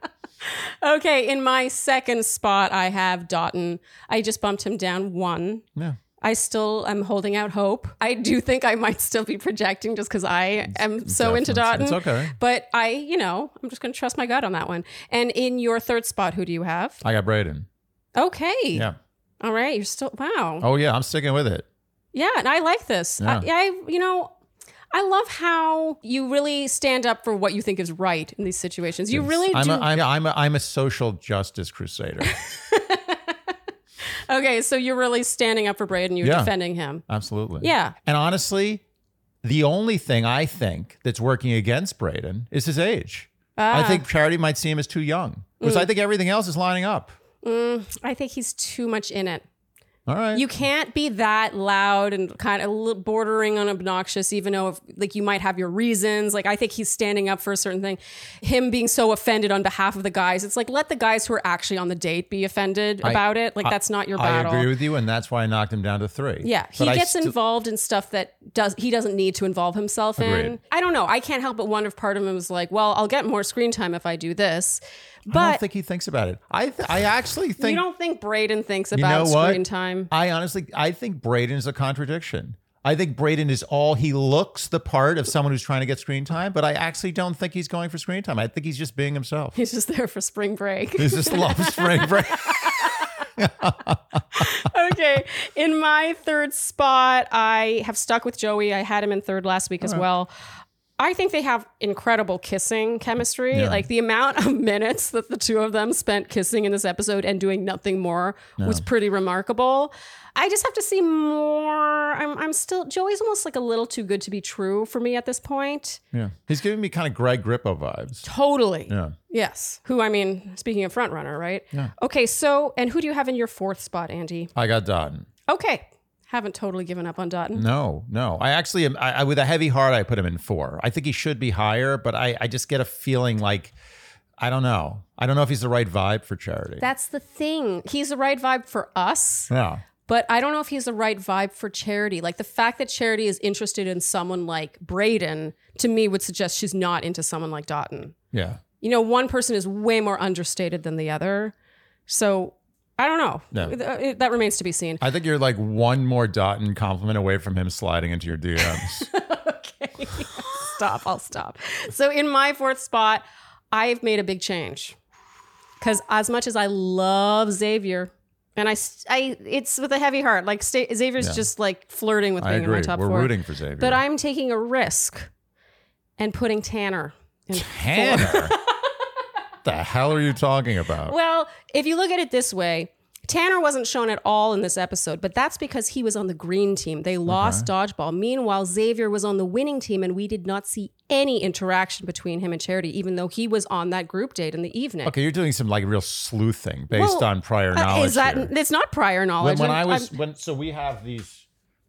B: Okay, in my second spot I have Dotton. I just bumped him down one.
A: Yeah.
B: I still am holding out hope. I do think I might still be projecting just because I am so into Dotton.
A: It's okay.
B: But I, you know, I'm just going to trust my gut on that one. And in your third spot, who do you have?
A: I got Braden.
B: Okay.
A: Yeah.
B: All right. You're still, wow.
A: Oh yeah, I'm sticking with it.
B: Yeah. And I like this. I,
A: Yeah.
B: I, you know, I love how you really stand up for what you think is right in these situations. You really
A: I'm
B: do.
A: A, I'm, I'm, a, I'm a social justice crusader.
B: okay. So you're really standing up for Braden. You're
A: Yeah.
B: defending him.
A: Absolutely.
B: Yeah.
A: And honestly, the only thing I think that's working against Braden is his age. I
B: Ah.
A: think Charity might see him as too young, because
B: Mm.
A: I think everything else is lining up.
B: Ah, I think he's too much in it.
A: All right.
B: You can't be that loud and kind of li- bordering on obnoxious, even though if, like you might have your reasons. Like I think he's standing up for a certain thing. Him being so offended on behalf of the guys, it's like let the guys who are actually on the date be offended about it. Like that's not your battle.
A: I agree with you, and that's why I knocked him down to three.
B: yeah, he
A: But I
B: gets
A: still-
B: involved in stuff that does he doesn't need to involve himself in.
A: Agreed.
B: I don't know. I can't help but wonder if part of him was like, well, I'll get more screen time if I do this.
A: I
B: But
A: don't think he thinks about it. I th- I actually
B: you
A: think
B: don't think Braden thinks
A: You
B: about
A: know what?
B: screen time?
A: I honestly, I think Braden is a contradiction. I think Braden is all he looks the part of someone who's trying to get screen time, but I actually don't think he's going for screen time. I think he's just being himself.
B: He's just there for spring break.
A: He's just loves spring break.
B: okay. In my third spot, I have stuck with Joey. I had him in third last week as well. I think they have incredible kissing chemistry. Like the amount of minutes that the two of them spent kissing in this episode and doing nothing more was pretty remarkable. I just have to see more. I'm, I'm still, Joey's almost like a little too good to be true for me at this point.
A: Yeah, he's giving me kind of Greg Grippo vibes.
B: Totally.
A: Yeah,
B: Yes. Who, I mean, speaking of front runner, right? Okay. So, and who do you have in your fourth spot, Andy?
A: I got Dotton.
B: Okay. Haven't totally given up on Dotton.
A: No, no. I actually am. I, I with a heavy heart, I put him in four. I think he should be higher, but I, I just get a feeling like I don't know. I don't know if he's the right vibe for charity.
B: That's the thing. He's the right vibe for us,
A: yeah.
B: but I don't know if he's the right vibe for charity. Like the fact that charity is interested in someone like Braden to me would suggest she's not into someone like Dotton.
A: Yeah.
B: You know, one person is way more understated than the other. So I don't know.
A: No.
B: Th- uh, it- That remains to be seen.
A: I think you're like one more Dotton compliment away from him sliding into your DMs.
B: okay. stop. I'll stop. So in my fourth spot, I've made a big change because as much as I love Xavier. And I, s- I- it's with a heavy heart. Like sta Xavier's just like flirting with
A: I
B: being in
A: agree.
B: my top
A: We're
B: four.
A: rooting for Xavier.
B: but I'm taking a risk and putting Tanner. In
A: Tanner. the hell are you talking about?
B: Well, if you look at it this way, Tanner wasn't shown at all in this episode, but that's because he was on the green team. They lost dodgeball. Meanwhile, Xavier was on the winning team, and we did not see any interaction between him and Charity, even though he was on that group date in the evening.
A: okay, you're doing some like real sleuthing based
B: Well,
A: on prior
B: Uh,
A: knowledge.
B: is that
A: here.
B: it's not prior
A: when,
B: knowledge?
A: when I
B: I'm-
A: was when so we have these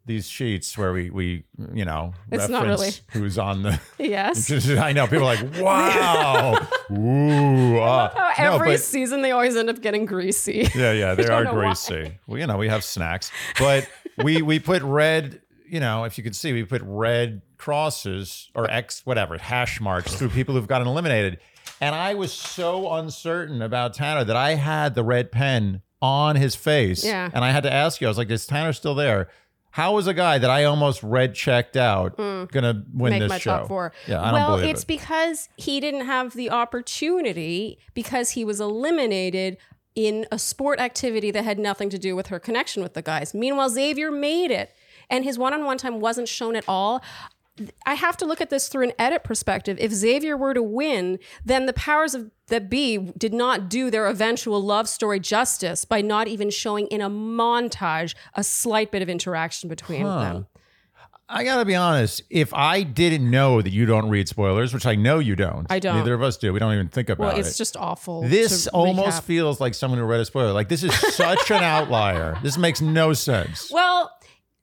A: these sheets where we we you know
B: It's not
A: reference who's on the.
B: I'm- yes.
A: I know people are like wow, ooh, ah.
B: How
A: no,
B: every
A: but
B: season they always end up getting greasy.
A: yeah, yeah, they are
B: know why.
A: greasy. Well, you know, we have snacks, but we we put red. You know, if you could see, we put red crosses or X whatever hash marks through people who've gotten eliminated. And I was so uncertain about Tanner that I had the red pen on his face.
B: Yeah.
A: And I had to ask you, I was like, is Tanner still there? How is a guy that I almost red checked out gonna win
B: Mm. make
A: this
B: my
A: show?
B: top four.
A: Yeah, I don't
B: well,
A: believe
B: it's
A: it.
B: because he didn't have the opportunity because he was eliminated in a sport activity that had nothing to do with her connection with the guys. Meanwhile, Xavier made it, and his one-on-one time wasn't shown at all. I have to look at this through an edit perspective. If Xavier were to win, then the powers of that be did not do their eventual love story justice by not even showing in a montage a slight bit of interaction between them.
A: I gotta be honest. If I didn't know that you don't read spoilers, which I know you don't,
B: I don't.
A: Neither of us do. We don't even think about
B: Well,
A: it.
B: it's just awful.
A: this
B: to
A: almost
B: recap.
A: feels like someone who read a spoiler. Like this is such an outlier. This makes no sense.
B: Well,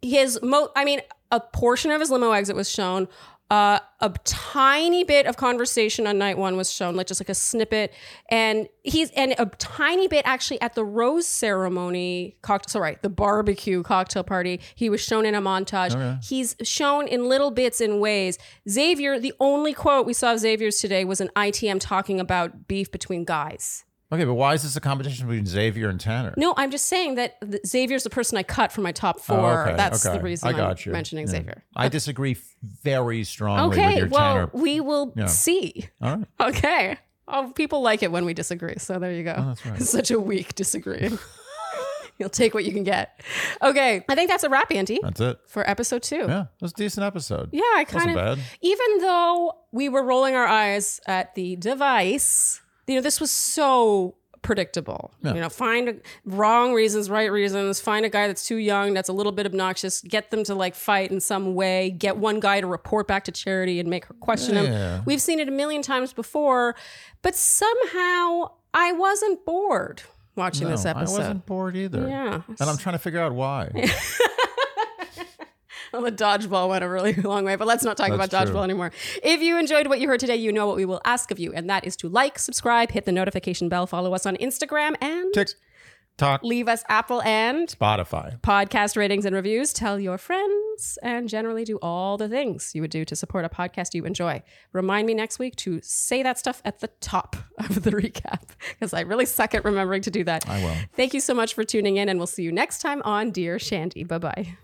B: his mo I mean, a portion of his limo exit was shown. Uh, a tiny bit of conversation on night one was shown, like just like a snippet, and he's and a tiny bit actually at the rose ceremony cocktail. Sorry, the barbecue cocktail party. He was shown in a montage. He's shown in little bits and ways. Xavier, the only quote we saw of Xavier's today was an ITM talking about beef between guys.
A: Okay, but why is this a competition between Xavier and Tanner?
B: No, I'm just saying that th- Xavier's the person I cut from my top four.
A: Oh, okay,
B: That's
A: okay.
B: the reason
A: I got
B: am
A: you.
B: mentioning
A: Yeah.
B: Xavier.
A: I disagree very strongly with
B: Okay,
A: your
B: well,
A: Tanner.
B: we will
A: Yeah.
B: see.
A: All right.
B: Okay. Oh, people like it when we disagree. So there you go.
A: Oh, that's right.
B: It's such a weak disagreeing. You'll take what you can get. Okay. I think that's a wrap, Andy,
A: That's it.
B: for episode two.
A: Uh, Yeah, it was a decent episode.
B: Yeah, I kind
A: Wasn't
B: of.
A: bad.
B: Even though we were rolling our eyes at the device, you know, this was so predictable. You know, find a, wrong reasons, right reasons, find a guy that's too young, that's a little bit obnoxious, get them to like fight in some way, get one guy to report back to charity and make her question
A: Yeah.
B: him. We've seen it a million times before, but somehow I wasn't bored watching this
A: No,
B: episode.
A: I wasn't bored either.
B: Yeah.
A: And I'm trying to figure out why.
B: Well, the dodgeball went a really long way, but let's not talk
A: That's
B: about dodgeball
A: true.
B: anymore. If you enjoyed what you heard today, you know what we will ask of you, and that is to like, subscribe, hit the notification bell, follow us on Instagram, and
A: Tick tock
B: leave us Apple and
A: Spotify.
B: podcast ratings and reviews. Tell your friends, and generally do all the things you would do to support a podcast you enjoy. Remind me next week to say that stuff at the top of the recap because I really suck at remembering to do that.
A: I will.
B: Thank you so much for tuning in, and we'll see you next time on Dear Shandy. Bye bye.